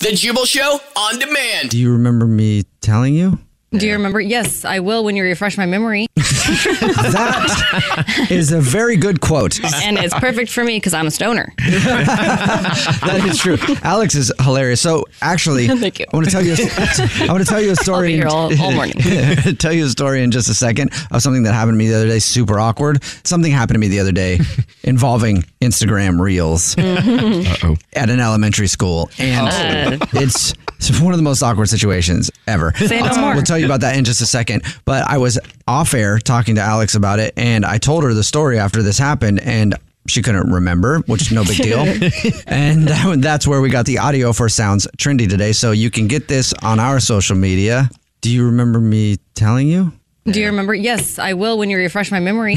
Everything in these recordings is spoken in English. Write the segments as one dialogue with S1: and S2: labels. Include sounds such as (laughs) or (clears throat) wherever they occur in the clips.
S1: The Jubal Show on demand.
S2: Do you remember me telling you?
S3: Do you remember? Yes, I will when you refresh my
S2: (laughs)
S3: memory.
S2: That is a very good quote.
S3: and it's perfect for me because I'm a stoner.
S2: (laughs) That is true. Alex is hilarious. So
S3: (laughs)
S2: actually,
S3: Thank you.
S2: I want to tell you. A, I want to tell you a story.
S3: here all- all
S2: (laughs)
S3: morning.
S2: tell you a story in just a second of something that happened to me the other day. Super awkward. Something happened to me the
S3: (laughs)
S2: other day involving Instagram Reels at an elementary school, and it's. it's one of the most awkward situations ever.
S3: Say no
S2: I'll-
S3: more.
S2: We'll tell you about that in just a second. But I was off air talking to Alex about it, and I told her the story after this happened, and she couldn't remember, which is no big deal. and that- that's where we got the audio for Sounds Trendy today. So you can get this on our social media. Do you remember me telling you?
S3: Do you remember? Yes, I will when you refresh my memory.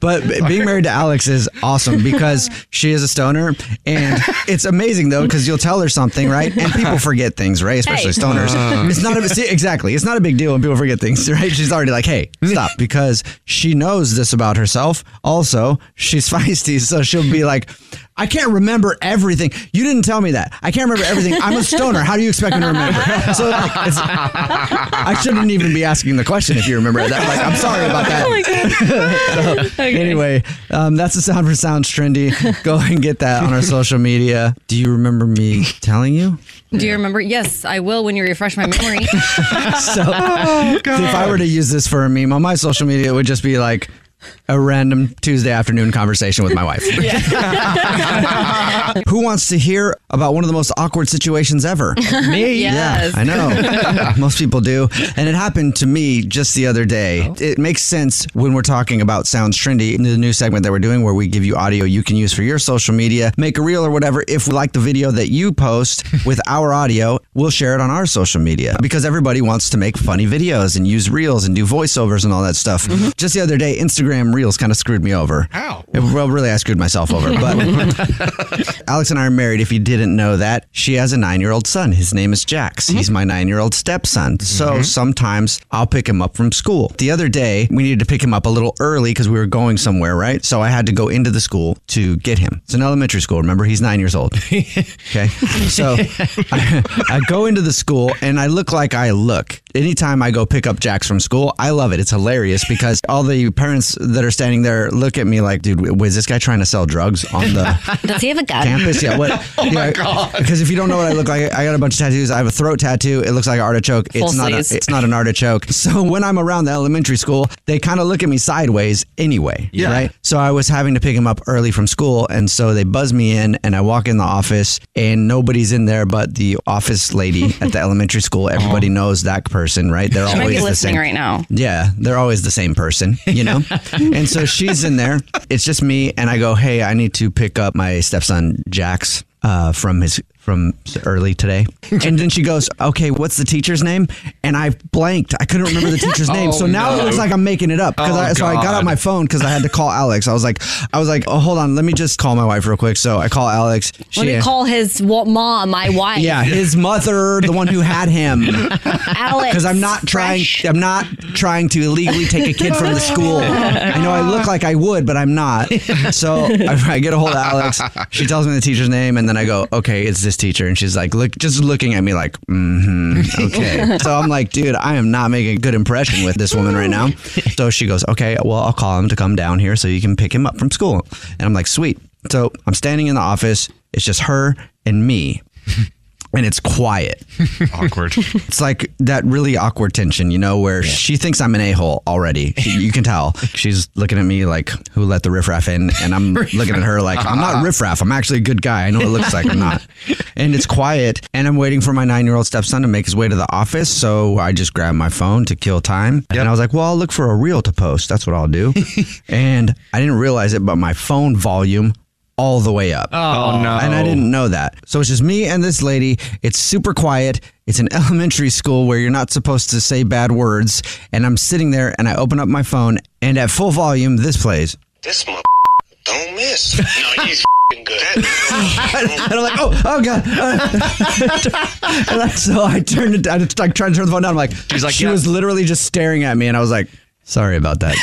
S2: But b- being married to Alex is awesome because she is a stoner, and it's amazing though because you'll tell her something, right? And people forget things, right? Especially
S3: Hey.
S2: stoners. It's not a, see, exactly. It's not a big deal when people forget things, (laughs) right? She's already like, "Hey, stop," because she knows this about herself. Also, she's (laughs) feisty, so she'll be like, "I can't remember everything. You didn't tell me that. I can't remember everything. I'm a stoner. How do you expect me to remember?" (laughs) So like, it's, I shouldn't even be asking the question if you remember that. Like, I'm sorry about that. (laughs)
S3: Okay.
S2: Anyway, um, that's the sound for Sounds Trendy. Go and get that on our social media. Do you remember me telling you?
S3: Do you remember? Yes, I will when you refresh my memory.
S2: (laughs) So,
S4: Oh,
S2: if I were to use this for a meme on my social media, it would just be like a random Tuesday afternoon conversation with my wife. (laughs) Who wants to hear about one of the most awkward situations ever?
S5: Me?
S2: Yeah,
S3: Yes.
S2: I know. (laughs) Most people do. And it happened to me just the other day. It makes sense when we're talking about Sounds Trendy, the new segment that we're doing where we give you audio you can use for your social media, make a reel or whatever. If we like the video that you post with our audio, we'll share it on our social media because everybody wants to make funny videos and use reels and do voiceovers and all that stuff. Just the other day, Instagram reels kind of screwed me over.
S5: Ow.
S2: Well, really, I screwed myself over.
S6: (laughs)
S2: But Alex and I are married. If you didn't know that, she has a nine year old son. His name is Jax. He's my nine year old stepson. So sometimes I'll pick him up from school. The other day, we needed to pick him up a little early because we were going somewhere, right? So I had to go into the school to get him. It's an elementary school. Remember, he's nine years old. Okay. So I, I go into the school and I look like I look. Anytime I go pick up Jax from school, I love it. It's hilarious because all the parents that are standing there look at me like, dude, was this guy trying to sell drugs on the
S3: Does he have a gun?
S2: campus?
S4: (laughs)
S2: Yeah. What? (laughs) oh my God. Because if you don't know what I look like, I got a bunch of tattoos. I have a throat tattoo. It looks like an artichoke.
S3: Full
S2: it's not a,
S3: sleeves.
S2: it's not an artichoke. So when I'm around the elementary school, they kind of look at me sideways anyway.
S5: Yeah.
S2: Right. So I was having to pick him up early from school. And so they buzz me in and I walk in the office and nobody's in there but the office lady at the elementary school. Everybody knows that person, right? They're
S3: She might
S2: always
S3: be
S2: the same.
S3: listening right now.
S2: Yeah, they're always the same person, you know? and so she's in there. It's just me. And I go, hey, I need to pick up my stepson, Jax, uh, from his from s- early today. And then she goes, Okay, what's the teacher's name? And I blanked. I couldn't remember the teacher's name. So now it
S7: no.
S2: looks like I'm making it up. 'Cause
S7: Oh,
S2: I, so I got out
S7: God.
S2: my phone because I had to call Alex. I was like, I was like, Oh, hold on. Let me just call my wife real quick. So I call Alex.
S4: Let me call his wa- mom, my wife.
S2: yeah, his mother, the one who had him.
S4: Alex.
S2: because I'm not trying. (laughs)
S4: Fresh.
S2: I'm not trying to illegally take a kid from the school. I know I look like I would, but I'm not. So I, I get a hold of Alex. She tells me the teacher's name, and then I go, "Okay, it's this teacher." And she's like, "Look, just looking at me like, hmm okay." so I'm like, "Dude, I am not making a good impression with this woman right now." So she goes, "Okay, well, I'll call him to come down here so you can pick him up from school." And I'm like, "Sweet." So I'm standing in the office. It's just her and me. And it's quiet
S7: Awkward.
S2: it's like that really awkward tension, you know, where she thinks I'm an a hole already. She- you can tell. She's looking at me like, who let the riffraff in? And I'm looking at her like, I'm not riffraff. I'm actually a good guy. I know it looks like I'm not. And it's quiet. And I'm waiting for my nine year old stepson to make his way to the office. So I just grabbed my phone to kill time. And I was like, well, I'll look for a reel to post. That's what I'll do. and I didn't realize it, but my phone volume all the way up.
S7: Oh, no.
S2: And I didn't know that. So it's just me and this lady. It's super quiet. It's an (laughs) elementary school where you're not supposed to say bad words. And I'm sitting there and I open up my phone and at full volume, this plays.
S8: This mother don't miss. (laughs) No, he's fing good.
S2: And
S4: (laughs)
S2: I'm like, oh, oh God. (laughs) and I- so I turned it, I just like trying to turn the phone down. I'm like,
S7: She's like,
S2: she
S7: yeah.
S2: was literally just staring at me. And I was like, sorry about
S7: (laughs)
S2: that.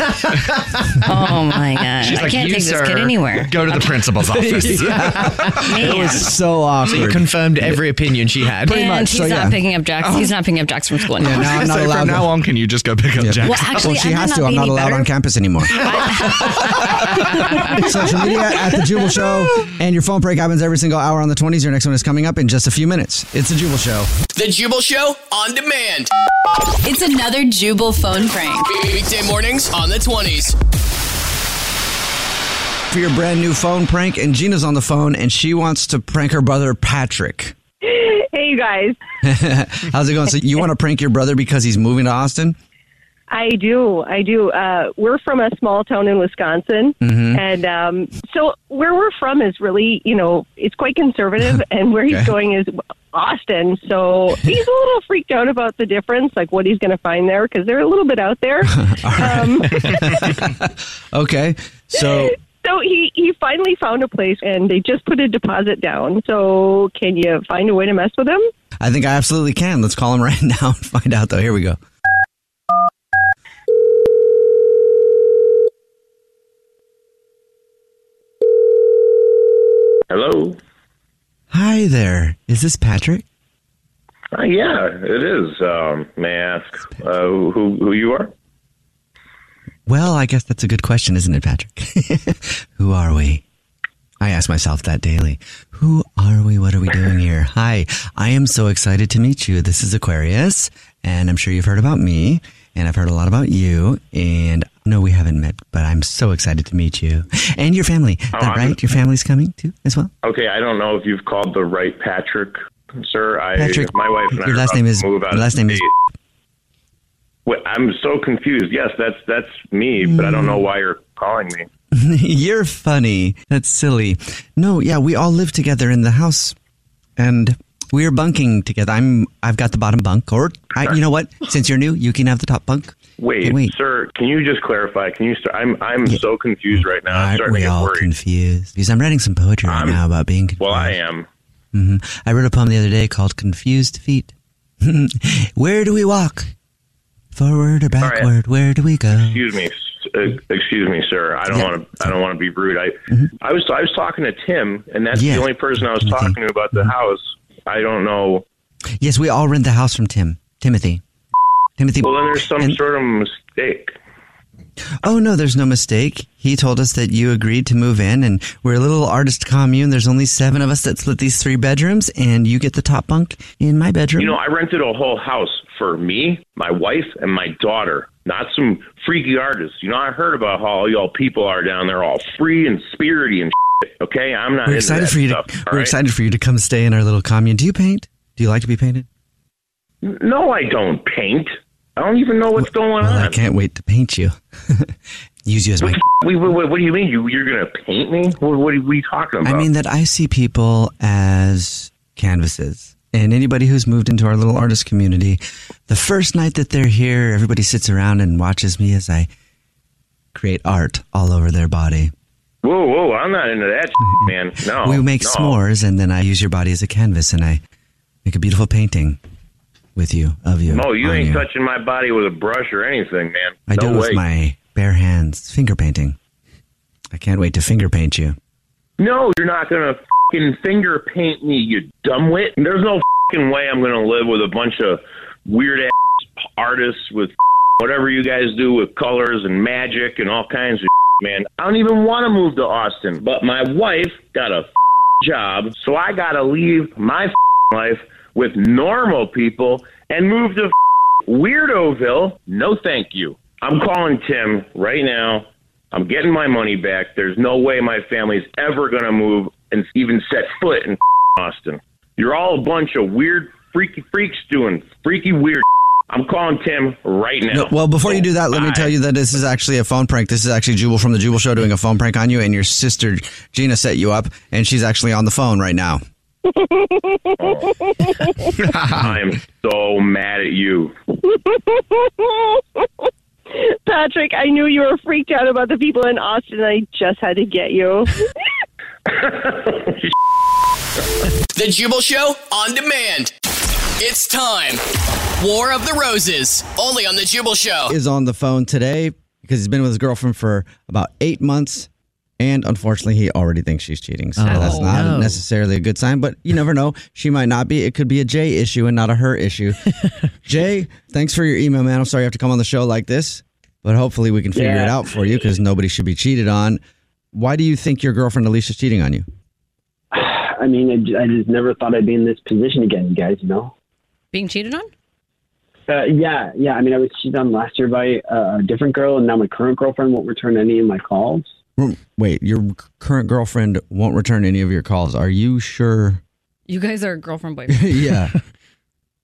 S4: Oh my god! I can't
S7: "You,
S4: take this kid
S7: sir,
S4: anywhere.
S7: Go to
S4: (laughs)
S2: (laughs)
S7: the principal's office.
S2: it was so awkward.
S9: You confirmed every opinion she had.
S2: pretty
S4: and
S2: much,
S4: he's
S2: so,
S4: not
S2: yeah.
S4: picking up Jax. He's not picking up Jax from school anymore.
S2: now (laughs) I'm not
S7: so
S2: allowed.
S7: from now
S2: to-
S7: on, can you just go pick up Jack?
S4: Well, actually,
S2: Well, she
S4: I might
S2: has to.
S4: Not
S2: I'm
S4: be
S2: not
S4: any
S2: allowed
S4: better.
S2: on
S4: (laughs)
S2: campus anymore. (laughs) Social media at the Jubal Show, and your phone break happens every single hour on the 20s. Your next one is coming up in just a few minutes. It's the Jubal Show.
S1: The Jubal Show on demand.
S10: It's another Jubal phone prank.
S1: Weekday mornings on the 20s.
S2: For your brand new phone prank, and Gina's on the phone, and she wants to prank her brother Patrick. (laughs)
S11: (laughs) Hey, you guys.
S2: How's it going? So you want to prank your brother because he's moving to Austin?
S11: I do. I do. Uh, we're from a small town in Wisconsin. And um, so where we're from is really, you know, it's quite conservative. and where
S2: Okay.
S11: he's going is Austin. So he's a little freaked out about the difference, like what he's going to find there, because they're a little bit out there. um,
S2: (laughs) Okay. So
S11: so he, he finally found a place and they just put a deposit down. So can you find a way to mess with him?
S2: I think I absolutely can. Let's call him right (laughs) now and find out, though. Here we go.
S8: Hello.
S2: Hi there. Is this Patrick?
S8: Uh, yeah, it is. Um, may I ask uh, who who you are?
S2: Well, I guess that's a good question, isn't it, Patrick? (laughs) Who are we? I ask myself that daily. Who are we? What are we doing here? Hi, I am so excited to meet you. This is Aquarius, and I'm sure you've heard about me, and I've heard a lot about you, and no, we haven't met, but I'm so excited to meet you and your family. that
S8: I'm-
S2: right? Your family's coming too as well.
S8: Okay, I don't know if you've called the right Patrick, sir. I,
S2: Patrick,
S8: my wife. And I
S2: your
S8: are
S2: last
S8: about
S2: name
S8: to
S2: is-
S8: Move out
S2: your last
S8: of
S2: name is-
S8: state. Wait, I'm so confused. Yes, that's that's me, but I don't know why you're calling me.
S2: (laughs) You're funny. That's silly. No, yeah, we all live together in the house, and we're bunking together. I'm I've got the bottom bunk, or I, you know what? Since you're new, you can have the top bunk.
S8: Wait,
S2: Hey, wait.
S8: sir. Can you just clarify? Can you start? I'm I'm so confused right now. I'm
S2: Aren't
S8: starting to
S2: we
S8: get
S2: all
S8: worried.
S2: confused? Because I'm writing some poetry right
S8: I'm-
S2: now about being confused. Mm-hmm.
S8: well, I am.
S2: I wrote a poem the other day called "Confused Feet." (laughs) Where do we walk? Forward or
S8: right.
S2: backward? Where do we go?
S8: excuse me, s- uh, excuse me, sir. I don't
S2: Yeah. Mm-hmm.
S8: want to. I don't want to be rude. I, I was I was talking to Tim, and that's
S2: Yeah. Mm-hmm.
S8: the only person I was
S2: Timothy.
S8: talking to about the house. I don't know.
S2: Yes, we all rent the house from Tim. Timothy. Timothy.
S8: Well, then there's some
S2: And-
S8: sort of mistake.
S2: Oh no, there's no mistake. He told us that you agreed to move in, and we're a little artist commune. There's only seven of us that split these three bedrooms, and you get the top bunk in my bedroom.
S8: You know, I rented a whole house for me, my wife, and my daughter. Not some freaky artists. You know, I heard about how all y'all people are down there, all free and spirity and. Shit, okay, I'm not.
S2: we're
S8: into
S2: excited
S8: that
S2: for you. To,
S8: stuff, all
S2: we're
S8: right?
S2: excited for you to come stay in our little commune. Do you paint? Do you like to be painted?
S8: No, I don't paint. I don't even know what's going
S2: well,
S8: on.
S2: I can't wait to paint you. (laughs) Use you as
S8: (laughs)
S2: my.
S8: Wait, wait, wait, what do you mean? You, you're going to paint me? What, what are we talking about?
S2: I mean that I see people as canvases. And anybody who's moved into our little artist community, the first night that they're here, everybody sits around and watches me as I create art all over their body.
S8: Whoa, whoa! I'm not into that, man. No,
S2: (laughs) we make
S8: Oh, no.
S2: s'mores, and then I use your body as a canvas, and I make a beautiful painting with you of you.
S8: No, you
S2: on
S8: ain't touching my body with a brush or anything, man.
S2: I
S8: no
S2: do it
S8: way.
S2: with my bare hands, finger painting. I can't wait to finger paint you.
S8: No, you're not gonna fucking finger paint me, you dumbwit. There's no fucking way I'm gonna live with a bunch of weird ass artists with whatever you guys do with colors and magic and all kinds of man. I don't even want to move to Austin, but my wife got a job, so I gotta leave my life with normal people and move to Weirdoville. No, thank you. I'm calling Tim right now. I'm getting my money back. There's no way my family's ever going to move and even set foot in (laughs) Austin. You're all a bunch of weird, freaky freaks doing freaky weird. (laughs) I'm calling Tim right now.
S2: No,
S8: (laughs)
S2: well, before you do that, let me tell you that this is actually a phone prank. This is actually Jubal from the Jubal Show doing a phone prank on you, and your sister Gina set you up, and she's actually on the phone right now.
S8: I'm so mad at you.
S11: (laughs) Patrick, I knew you were freaked out about the people in Austin. I just had to get
S12: Oh,
S11: you.
S1: The Jubal Show on demand. It's time. War of the Roses, only on The Jubal Show.
S9: (laughs)
S2: Is on the phone today because he's been with his girlfriend for about eight months, and unfortunately, he already thinks she's cheating. So
S9: Oh,
S2: that's not
S9: no.
S2: necessarily a good sign, but you never know. She might not be. It could be a Jay issue and not a
S9: (laughs)
S2: her issue. Jay, thanks for your email, man. I'm sorry you have to come on the show like this, but hopefully, we can figure
S13: Yeah.
S2: it out for you because nobody should be cheated on. Why do you think your girlfriend Alicia's cheating on you?
S13: I mean, I, j- I just never thought I'd be in this position again, you guys. You know?
S4: Being cheated on?
S13: Uh, yeah, yeah. I mean, I was cheated on last year by uh, a different girl, and now my current girlfriend won't return any of my calls.
S2: Mm, Wait, your c- current girlfriend won't return any of your calls. Are you sure?
S4: You guys are girlfriend boyfriend.
S2: (laughs) yeah.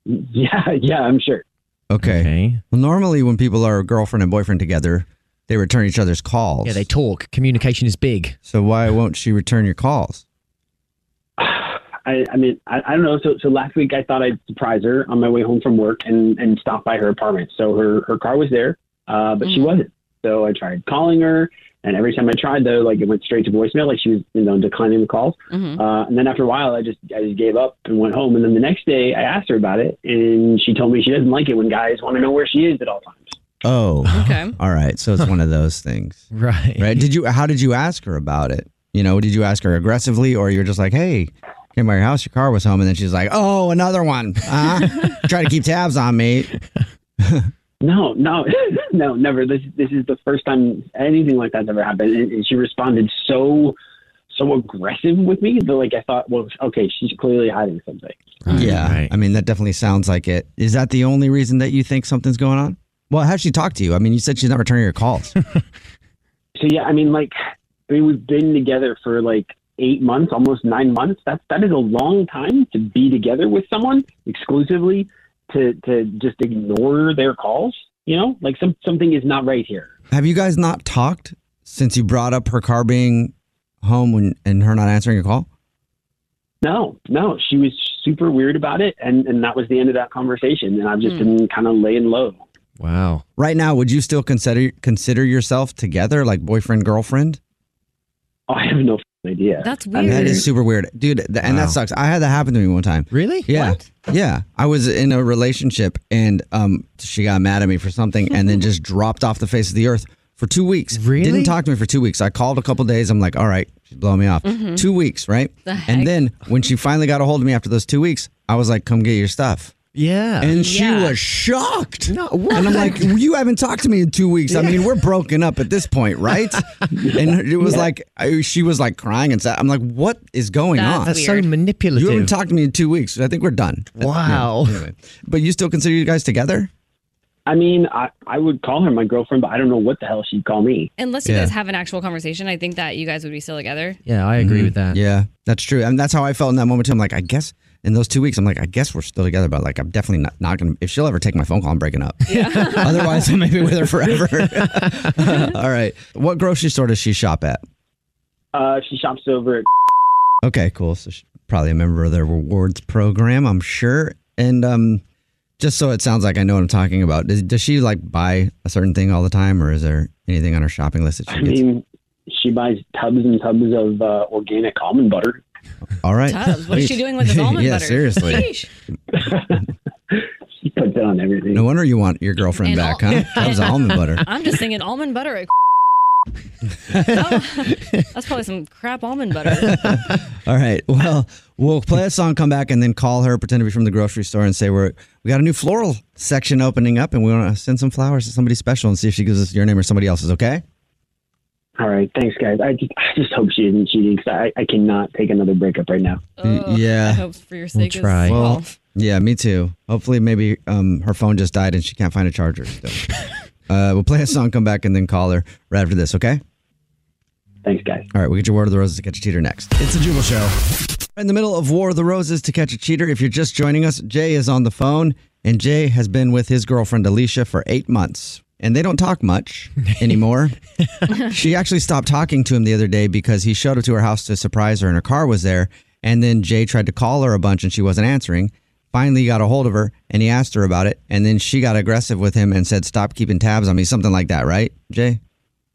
S13: Yeah, yeah, I'm sure.
S2: Okay. Well, normally when people are girlfriend and boyfriend together, they return each other's calls.
S9: Yeah, they talk. Communication is big.
S2: So why won't she return your calls?
S13: I, I mean, I, I don't know. So, so last week I thought I'd surprise her on my way home from work and, and stop by her apartment. So her, her car was there, uh, but she wasn't. So I tried calling her, and every time I tried, though, like it went straight to voicemail. Like she was, you know, declining the calls.
S6: Mhm.
S13: Uh, and then after a while, I just I just gave up and went home. And then the next day, I asked her about it, and she told me she doesn't like it when guys want to know where she is at all times.
S2: Oh.
S13: Okay.
S2: All right. So it's one of those things.
S9: (laughs) Right.
S2: Right. Did you how did you ask her about it? You know, did you ask her aggressively or you're just like, "Hey, came by your house, your car was home." And then she's like, "Oh, another one."
S9: (laughs)
S2: Huh? Try to keep tabs on me.
S13: No, no, (laughs) no, never. This this is the first time anything like that's ever happened, and, and she responded so so aggressive with me that like I thought, well, okay, she's clearly hiding something.
S2: yeah. I mean, that definitely sounds like it. Is that the only reason that you think something's going on? Well, how'd she talk to you? I mean, you said she's not returning
S9: (laughs)
S2: your calls.
S13: So yeah, I mean, like, I mean, we've been together for like eight months, almost nine months. That's that is a long time to be together with someone exclusively to to just ignore their calls. You know, like some something is not right here.
S2: Have you guys not talked since you brought up her car being home when, and her not answering your call?
S13: No, no, she was super weird about it, and and that was the end of that conversation. And I've just
S2: Hmm.
S13: been kind of laying low.
S2: Wow. Right now, would you still consider consider yourself together, like boyfriend girlfriend?
S13: Oh, I have no f***ing idea.
S4: That's
S13: I mean,
S2: That is super weird, dude. th- and
S13: Wow.
S2: that sucks. I had that happen to me one time. Really? Yeah. Yeah. I was in a relationship, and um, she got mad at me for something, and then just dropped off the face of the earth for two weeks. Really? Didn't talk to me for two weeks. I called a couple days. I'm like, all right, she's blowing me off.
S9: Mhm.
S2: Two weeks, right?
S9: The heck?
S2: and then when she finally got a hold of me after those two weeks, I was like, come get your stuff.
S9: Yeah.
S2: And she was shocked. No, And I'm like, you haven't talked to me in two weeks. I mean, we're broken up at this point, right? and it was
S9: Yeah.
S2: like, I, she was like crying and sad. I'm like, what is going
S9: That's
S2: on?
S9: That's so weird. manipulative.
S2: You haven't talked to me in two weeks. I think we're done.
S9: Wow.
S2: Yeah, anyway. But you still consider you guys together?
S13: I mean, I, I would call her my girlfriend, but I don't know what the hell she'd call
S2: (laughs)
S13: me.
S4: Unless you guys have an actual conversation, I think that you guys would be still together.
S2: Yeah, I agree with that. Mm-hmm. Yeah, that's true. And that's how I felt in that moment too. I'm like, I guess in those two weeks, I'm like, I guess we're still together, but like, I'm definitely not, not going to, if she'll ever take my phone call, I'm
S9: (laughs)
S2: breaking up. Otherwise, I may be with her forever. (laughs) All right. What grocery store does she shop at?
S13: Uh, she shops over at
S2: Okay, cool. So she, probably a member of their rewards program, I'm sure. And um, just so it sounds like I know what I'm talking about, does, does she like buy a certain thing all the time, or is there anything on her shopping list that she
S13: I
S2: gets?
S13: mean, she buys tubs and tubs of uh, organic almond butter.
S2: all right,
S3: Tubs. What is she
S2: Sweet.
S3: doing with this almond
S2: (laughs) yeah,
S3: butter?
S2: seriously.
S3: (laughs) Sheesh.
S13: She puts it on everything.
S2: No wonder you want your girlfriend
S3: And
S2: back,
S3: al-
S4: (laughs)
S2: huh?
S3: (laughs)
S2: That was almond butter.
S3: I'm just thinking almond butter.
S2: (laughs)
S3: At
S4: (laughs)
S3: Oh, that's probably some crap almond
S2: (laughs)
S3: butter.
S2: All right. Well, we'll play a song, come back, and then call her, pretend to be from the grocery store, and say we're we got a new floral section opening up, and we want to send some flowers to somebody special, and see if she gives us your name or somebody else's. Okay.
S13: All right, thanks, guys. I just, I just hope she isn't cheating because I, I cannot take another breakup right now.
S2: yeah.
S3: I hope for your sake
S2: We'll
S3: as
S2: try.
S3: well.
S2: yeah, me too. Hopefully, maybe um, her phone just died and she can't find a
S13: (laughs)
S2: charger. Still. uh, we'll play a song, come back, and then call her right after this. Okay.
S13: Thanks, guys.
S2: All right, we get your word of the roses to catch a cheater next. It's a Jubal show. In the middle of War of the Roses to catch a cheater. If you're just joining us, Jay is on the phone, and Jay has been with his girlfriend Alicia for eight months, and they don't talk much anymore. she actually stopped talking to him the other day because he showed up to her house to surprise her, and her car was there. And then Jay tried to call her a bunch, and she wasn't answering. Finally, he got a hold of her, and he asked her about it, and then she got aggressive with him and said, "Stop keeping tabs on me," something like that, right, Jay?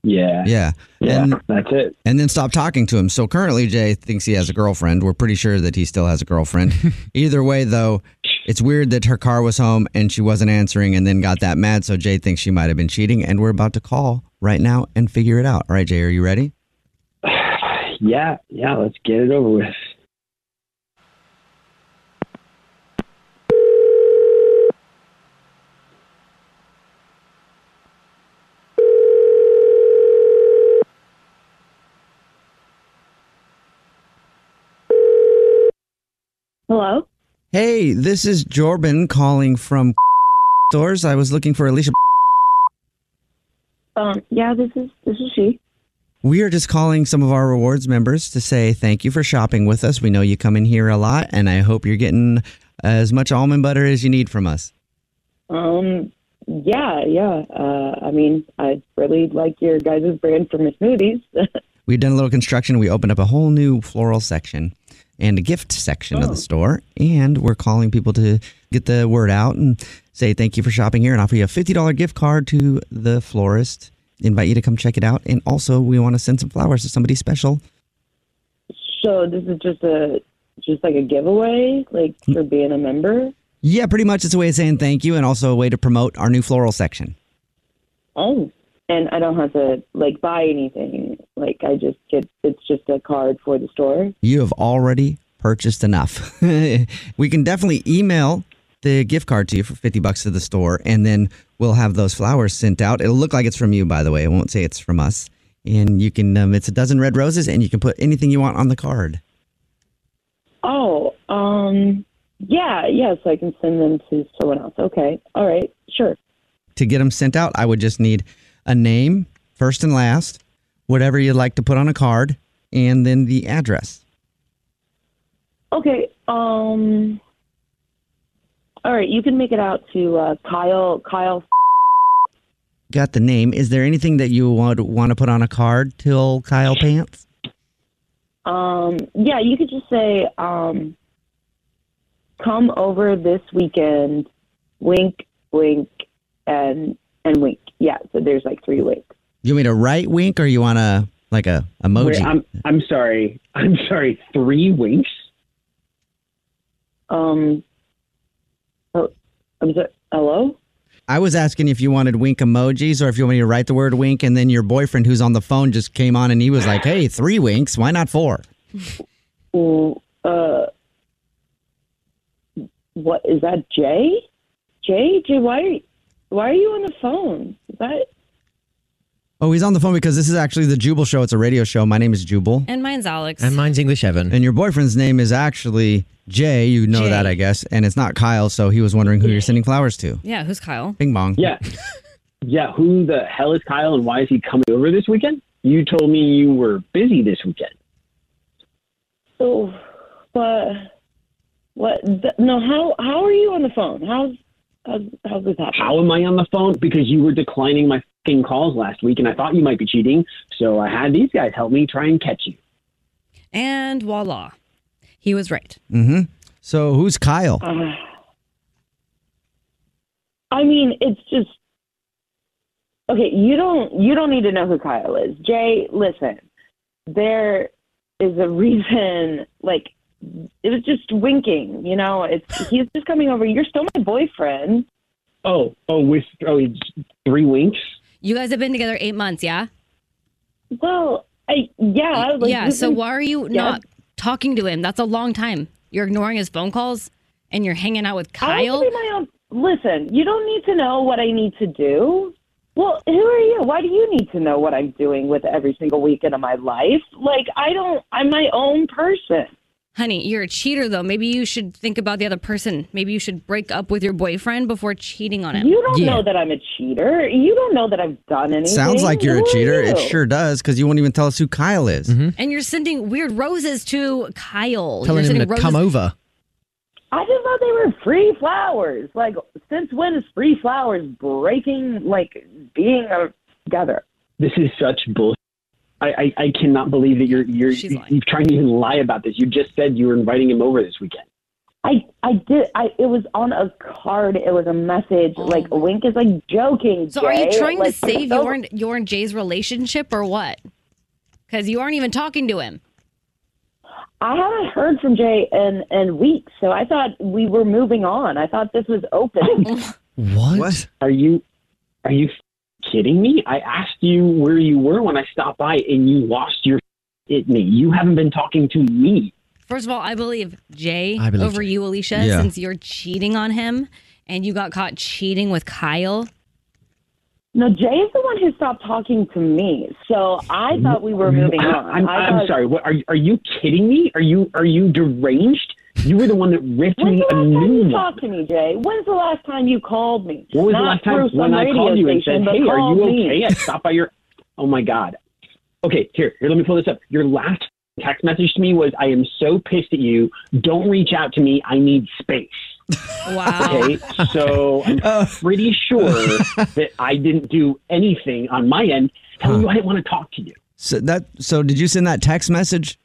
S13: Yeah.
S2: Yeah.
S13: Yeah,
S2: and,
S13: that's it.
S2: And then stop talking to him. So currently, Jay thinks he has a girlfriend. We're pretty sure that he still has a girlfriend. Either way, though, it's weird that her car was home and she wasn't answering and then got that mad. So Jay thinks she might have been cheating. And we're about to call right now and figure it out. All right, Jay, are you ready?
S13: (sighs) Yeah, yeah. Let's get it over with.
S14: Hello?
S2: Hey, this is Jordan calling from (laughs) stores. I was looking for Alicia.
S14: Um, yeah, this is this is she.
S2: We are just calling some of our rewards members to say thank you for shopping with us. We know you come in here a lot, and I hope you're getting as much almond butter as you need from us.
S14: Um, yeah, yeah. Uh, I mean, I really like your guys' brand for my smoothies.
S2: We've done a little construction. We opened up a whole new floral section and a gift section of the store. And we're calling people to get the word out and say thank you for shopping here and offer you a $50 gift card to the florist. Invite you to come check it out. And also, we want to send some flowers to somebody special.
S14: (laughs) so this is just a just like a giveaway, like for being a member.
S2: Yeah, pretty much it's a way of saying thank you and also a way to promote our new floral section.
S14: Oh, and I don't have to like buy anything. Like I just get it's just a card for the store.
S2: You have already purchased enough. (laughs) we can definitely email the gift card to you for 50 bucks to the store and then we'll have those flowers sent out. It'll look like it's from you by the way. It won't say it's from us. And you can um, it's a dozen red roses and you can put anything you want on the card.
S14: Oh, um, yeah, yeah. So I can send them to someone else. Okay, all right, sure.
S2: To get them sent out, I would just need a name, first and last, whatever you'd like to put on a card, and then the address.
S14: Okay. Um. All right, you can make it out to uh, Kyle. Kyle.
S2: Got the name. Is there anything that you would want to put on a card to old Kyle Pants?
S14: Um. Yeah, you could just say, um, "Come over this weekend." Wink, wink, and and wink. Yeah. So there's like three winks.
S2: You want me to right wink or you want to like a emoji?
S13: Wait, I'm I'm sorry. (laughs) I'm sorry. Three winks.
S14: Um. Oh, I'm sorry. Hello.
S2: I was asking if you wanted wink emojis or if you want me to write the word wink, and then your boyfriend who's on the phone just came on and he was like, "Hey, three winks, why not four?
S14: Ooh, uh. What is that, Jay? Jay, Jay, why are you, why are you on the phone? Is that
S2: Oh, he's on the phone because this is actually the Jubal Show. It's a radio show. My name is Jubal,
S3: And mine's Alex.
S2: mine's English Evan. And your boyfriend's name is actually Jay. You know
S3: Jay.
S2: that, I guess, and it's not Kyle. So he was wondering who you're sending flowers to.
S3: yeah, who's Kyle?
S2: Bing bong.
S3: (laughs)
S13: Yeah. Yeah. Who the hell is Kyle and why is he coming over this weekend? You told me you were busy this weekend.
S14: Oh, but what? th- No, how how are you on the phone? How's how's, how's this happening?
S13: How am I on the phone? Because you were declining my fucking calls last week, and I thought you might be cheating, so I had these guys help me try and catch you.
S3: And voila. He was right.
S2: Mm-hmm. So who's Kyle?
S14: Uh, I mean, it's just okay. You don't you don't need to know who Kyle is, Jay. Listen, there is a reason. Like it was just winking. You know, it's he's just coming over. You're still my boyfriend.
S13: Oh, oh, with oh, it's three winks.
S3: You guys have been together eight months, yeah?
S14: Well, I, yeah. like,
S3: yeah.
S14: this
S3: So
S14: is-
S3: why are you
S14: yeah.
S3: not talking to him? That's a long time. You're ignoring his phone calls and you're hanging out with
S14: I
S3: Kyle.
S14: want to be my own. Listen, you don't need to know what I need to do. Well, who are you? Why do you need to know what I'm doing with every single weekend of my life? Like, I don't. I'm my own person.
S3: Honey, you're a cheater though. Maybe you should think about the other person. Maybe you should break up with your boyfriend before cheating on him.
S14: You don't know that I'm a cheater. You don't know that I've done anything.
S2: Sounds like you're
S14: Who
S2: a
S14: are
S2: cheater. It
S14: you?
S2: sure does, because you won't even tell us who Kyle is.
S3: And you're sending weird roses to Kyle.
S2: Mm-hmm. Telling
S3: you're
S2: him
S3: sending
S2: to come
S15: over.
S14: I just thought they were free flowers. Like, since when is free flowers breaking? Like, being a, together.
S13: This is such bullshit. I, I, I cannot believe that you're you're you're trying to even lie about this. You just said you were inviting him over this weekend.
S14: I I did. I it was on a card. It was a message. like, a wink is like joking.
S3: Oh So are you
S14: Jay.
S3: trying
S14: Like,
S3: to save
S14: so-
S3: your and your and Jay's relationship or what? Because you aren't even talking to him.
S14: I haven't heard from Jay in, in weeks, so I thought we were moving on. I thought this was
S3: (laughs)
S14: open.
S13: What? Are you are you f- kidding me? I asked you where you were when I stopped by, and you lost your f- at me. You haven't been talking to me.
S3: First of all, I believe Jay
S13: I believe
S3: over
S13: Jay.
S3: you, Alicia,
S13: Yeah.
S3: since you're cheating on him and you got caught cheating with Kyle.
S14: no, Jay is the one who stopped talking to me, so I thought we were moving
S13: I-
S14: on.
S13: Mm-hmm. I'm,
S14: I
S13: I'm
S14: thought-
S13: sorry. What, are you- are you kidding me? Are you are you deranged? You were the one that ripped
S14: When's
S13: me
S14: the
S13: a
S14: last time
S13: new
S14: you
S13: one.
S14: talked to me, Jay? When's the last time you called me?
S13: When was
S14: Not
S13: the last time
S14: through
S13: when
S14: some
S13: I
S14: radio
S13: called you and
S14: station,
S13: said,
S14: but
S13: "Hey, are
S14: called
S13: you
S14: me.
S13: okay? I
S3: (laughs)
S13: stopped by your." Oh my god. Okay, here, here. Let me pull this up. Your last text message to me was, "I am so pissed at you. Don't reach out to me. I need space." Okay, so I'm pretty sure that I didn't do anything on my end. Tell you I didn't want to talk to you.
S2: So that. So did you send that text message,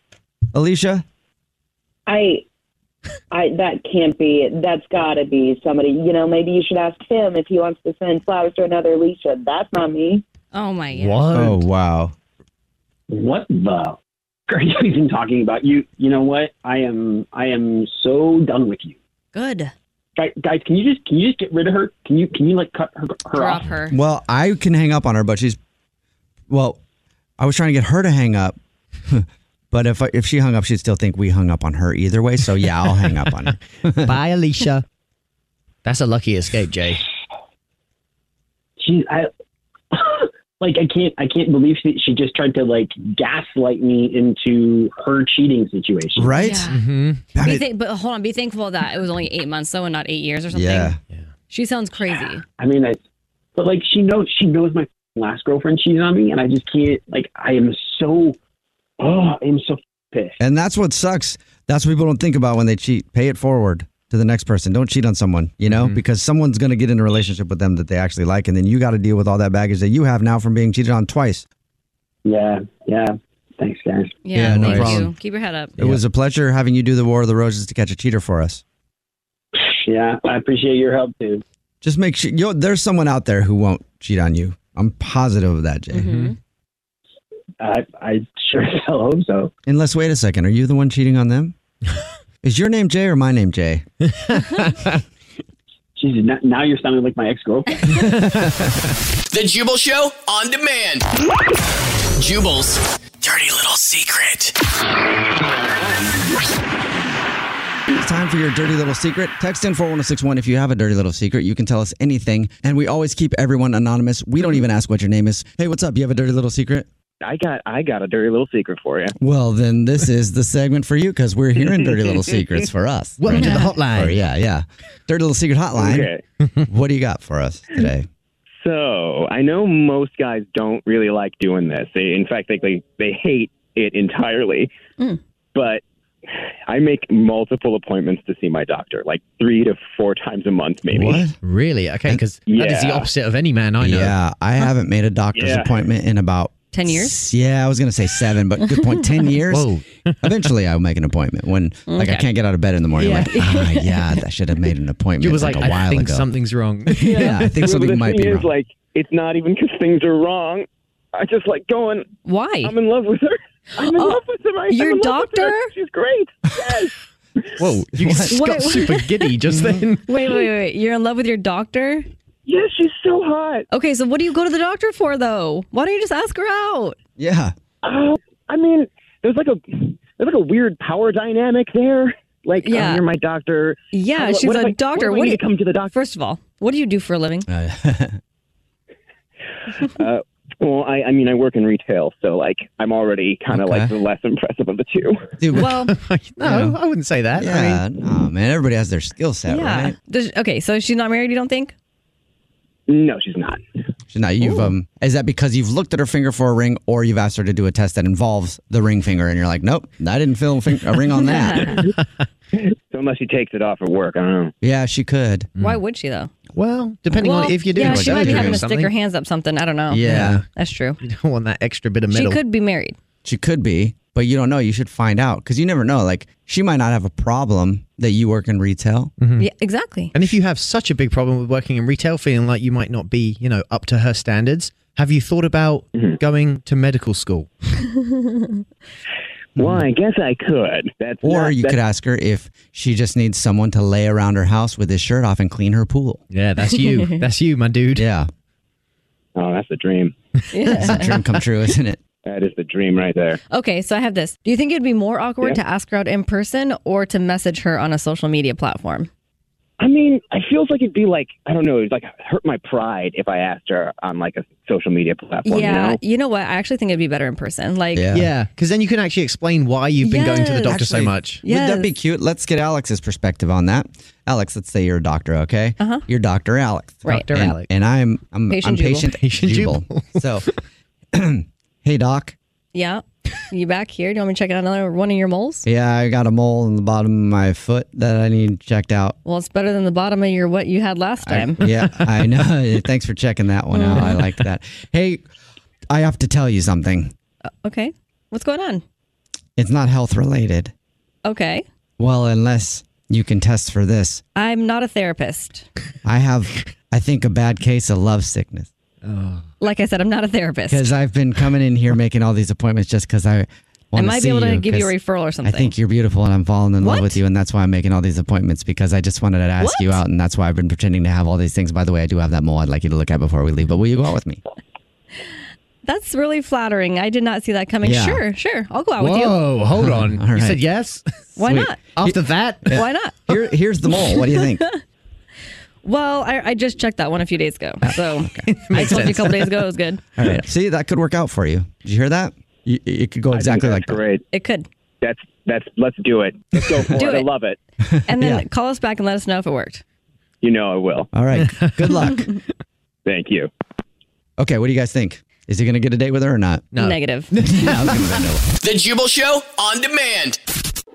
S2: Alicia?
S14: I, I that can't be. That's got to be somebody. You know, maybe you should ask him if he wants to send flowers to another Alicia. That's not me.
S3: Oh my
S13: (laughs)
S3: god.
S2: Oh wow.
S13: What the? (laughs) Are you even talking about you? You know what? I am. I am so done with you.
S3: Good.
S13: Guy- Guys, can you just can you just get rid of her? Can you can you like cut her, her off?
S3: her.
S2: Well, I can hang up on her, but she's. Well, I was trying to get her to hang up, (laughs) but if if she hung up, she'd still think we hung up on her either way. So yeah, I'll hang up on her.
S15: (laughs) Bye, Alicia. That's a lucky escape, Jay.
S13: Jeez, I (laughs) like I can't I can't believe she, she just tried to like gaslight me into her cheating situation.
S2: Right?
S15: Mm-hmm.
S3: Be thank- but hold on, be thankful that it was only eight months though and not eight years or something. She sounds crazy.
S13: I mean, I but like she knows she knows my last girlfriend cheated on me, and I just can't like I am so (gasps) oh I am so pissed.
S2: And that's what sucks. That's what people don't think about when they cheat. Pay it forward to the next person. Don't cheat on someone, you
S15: Mm-hmm.
S2: know, because someone's going to get in a relationship with them that they actually like. And then you got to deal with all that baggage that you have now from being cheated on twice.
S13: Yeah, yeah. Thanks, guys.
S2: Yeah, Yeah, no
S3: thank
S2: problem.
S3: you. Keep your head up.
S2: It was a pleasure having you do the War of the Roses to catch a cheater for us.
S13: Yeah, I appreciate your help too.
S2: Just make sure yo, there's someone out there who won't cheat on you. I'm positive of that, Jay.
S3: Mm-hmm.
S13: I I (laughs) sure as hell hope so.
S2: Unless, wait a second, are you the one cheating
S3: (laughs)
S2: on them? Is your name Jay or my name Jay?
S13: She's not, now you're sounding like my ex girlfriend.
S1: The Jubal Show on demand. Jubal's dirty little secret.
S2: It's time for your dirty little secret. Text in 41061 if you have a dirty little secret. You can tell us anything. And we always keep everyone anonymous. We don't even ask what your name is. Hey, what's up? You have a dirty little secret?
S16: I got I got a dirty little secret for you.
S2: Well, then this is the segment for you because we're hearing
S16: (laughs)
S2: dirty little secrets for us.
S16: Welcome to the hotline.
S2: Or, yeah, yeah. Dirty little secret hotline. (laughs) what do you got for us today?
S16: So I know most guys don't really like doing this. They, in fact, they, they they hate it entirely.
S4: Hmm.
S16: But I make multiple appointments to see my doctor, like three to four times a month, maybe. (laughs)
S15: Really? Okay, because that is the
S16: Yeah.
S15: opposite of any man I know.
S2: Yeah, I haven't made a doctor's
S16: Yeah.
S2: appointment in about
S4: 10 years?
S2: Yeah, I was gonna say seven, but good point. Ten years.
S4: Whoa.
S2: (laughs) Eventually, I will make an appointment when like I
S4: Okay.
S2: can't get out of bed in the morning.
S4: Yeah.
S2: Like,
S4: (laughs)
S2: ah, yeah, I should have made an appointment.
S9: You was like,
S2: a
S9: I
S2: while
S9: think
S2: ago.
S9: something's wrong.
S2: (laughs) Yeah, I think
S16: Well,
S2: something
S16: the
S2: might
S16: thing
S2: be
S16: is,
S2: wrong.
S16: Like, it's not even because things are wrong. I just like going.
S4: Why? Oh,
S16: I'm in love with her. I'm in love with her. I, I'm
S4: your
S16: in love with her.
S4: doctor?
S16: She's great. Yes.
S9: Whoa, you just
S4: What?
S9: got super giddy just then.
S4: Wait, wait, wait. You're in love with your doctor?
S16: Yeah, she's so hot.
S4: Okay, so what do you go to the doctor for, though? Why don't you just ask her out?
S2: Yeah.
S16: Oh, I mean, there's like a there's like a weird power dynamic there. Like, oh,
S4: Yeah.
S16: you're my doctor.
S4: Yeah,
S16: How- what
S4: she's
S16: if
S4: a
S16: I- what
S4: doctor.
S16: if I
S4: What do
S16: need
S4: you
S16: to come to the doctor?
S4: First of all, what do you do for a living?
S13: (laughs)
S4: (laughs)
S16: uh, well, I, I mean, I work in retail, so like, I'm already kind of like the less impressive of the two.
S4: Oh, well,
S9: no,
S4: (laughs)
S9: I wouldn't say that.
S2: Yeah, no, man. Everybody has their skill set,
S4: yeah.
S2: right?
S4: Does- okay, so she's not married, you don't think?
S16: No, she's not.
S2: So now you've um, is that because you've looked at her finger for a ring, or you've asked her to do a test that involves the ring finger, and you're like, nope, I didn't feel a, fin- a ring on that.
S9: (laughs)
S16: (laughs) So unless she takes it off at work, I don't know.
S2: yeah, she could.
S13: Mm.
S4: Why would she, though?
S9: Well, depending
S4: Well,
S9: on if you do.
S4: Yeah, she might be having to
S9: something.
S4: stick her hands up something. I don't know.
S2: Yeah.
S4: That's true.
S9: You don't want that extra bit of metal.
S4: She could be married.
S2: She could be, but you don't know. You should find out because you never know. Like she might not have a problem that you work in retail.
S9: Mm-hmm.
S4: Yeah,
S2: (laughs)
S4: exactly.
S9: And if you have such a big problem with working in retail, feeling like you might not be, you know, up to her standards, have you thought about going to medical school?
S16: Well, I guess I could. That's
S2: Mm-hmm. Or
S16: not-
S2: you
S16: that's-
S2: could ask her if she just needs someone to lay around her house with his shirt off and clean her pool.
S9: Yeah, that's
S2: (laughs)
S9: you. that's you, my dude.
S2: Yeah.
S16: Oh, that's the dream.
S2: It's a dream come true, isn't it?
S16: That is the dream right there.
S4: Okay, so I have this. Do you think it'd be more awkward
S16: Yeah.
S4: to ask her out in person or to message her on a social media platform?
S16: I mean, it feels like it'd be like I don't know, it'd like hurt my pride if I asked her on like a social media platform.
S4: yeah,
S16: You know?
S4: you know what? I actually think it'd be better in person. Like,
S9: (laughs) Yeah, because then you can actually explain why you've been going to the doctor so
S2: Actually,
S9: much.
S2: Would that be cute? Let's get Alex's perspective on that. Alex, let's say you're a doctor, okay? Uh-huh. You're Dr. Alex.
S9: Right. Dr.
S2: And-
S9: Alex.
S2: And I'm I'm
S4: Patient
S2: I'm
S4: Jubal.
S2: patient,
S9: Patient
S2: Jubal. so (clears throat) hey doc.
S4: yeah. You back here? Do you want me to check out another one of your moles?
S2: Yeah, I got a mole in the bottom of my foot that I need checked out.
S4: Well, it's better than the bottom of your what you had last
S2: I-
S4: time.
S2: yeah,
S4: (laughs)
S2: I know. (laughs) Thanks for checking that one out. I liked that. Hey, I have to tell you something.
S4: Okay. What's going on?
S2: It's not health related.
S4: Okay.
S2: Well, unless you can test for this.
S4: I'm not a therapist.
S2: I have, I think, a bad case of love sickness.
S4: Like I said, I'm not a therapist.
S2: Because I've been coming in here making all these appointments just because I
S4: I
S2: want
S4: might be able to give you a referral or
S2: I
S4: something.
S2: think you're beautiful and I'm falling in love with you, and that's why I'm making all these appointments because I just wanted to ask you out, and that's why I've been pretending to have all these things. By the way, I do have that mole I'd like you to look at before we leave, but will you go out with me?
S4: That's really flattering. I did not see that coming.
S2: Yeah.
S4: Sure, sure. I'll go out with you.
S9: Whoa, hold
S2: (laughs)
S9: on.
S2: All
S9: You
S2: right.
S9: said yes?
S4: Why
S2: Sweet.
S4: not?
S9: After that?
S4: (laughs) Why not?
S2: Here, here's the mole. What do
S4: (laughs)
S2: you think?
S4: Well, I, I just checked that one a few days
S9: (laughs)
S4: ago. So I told you a couple days ago it was good.
S2: All right. See, that could work out for you. Did you hear that? You, it could go exactly like that.
S16: Great.
S4: It could.
S16: That's that's let's do it. Let's go for
S4: Do
S16: it. I
S4: it.
S16: love it.
S4: And then call us back and let us know if it worked.
S16: You know I will.
S4: (laughs)
S2: All right. Good luck.
S16: Thank you.
S2: Okay. What do you guys think? Is he going to get a date with her or not?
S4: Negative.
S1: The Jubal Show on demand.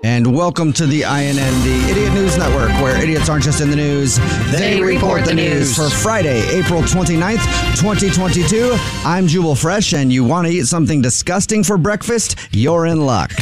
S2: And welcome to the INN, the Idiot News Network, where idiots aren't just in the news, they, report the news. For Friday, April 29th, 2022, I'm Jubal Fresh, and you want to eat something disgusting for breakfast? You're in luck. (laughs)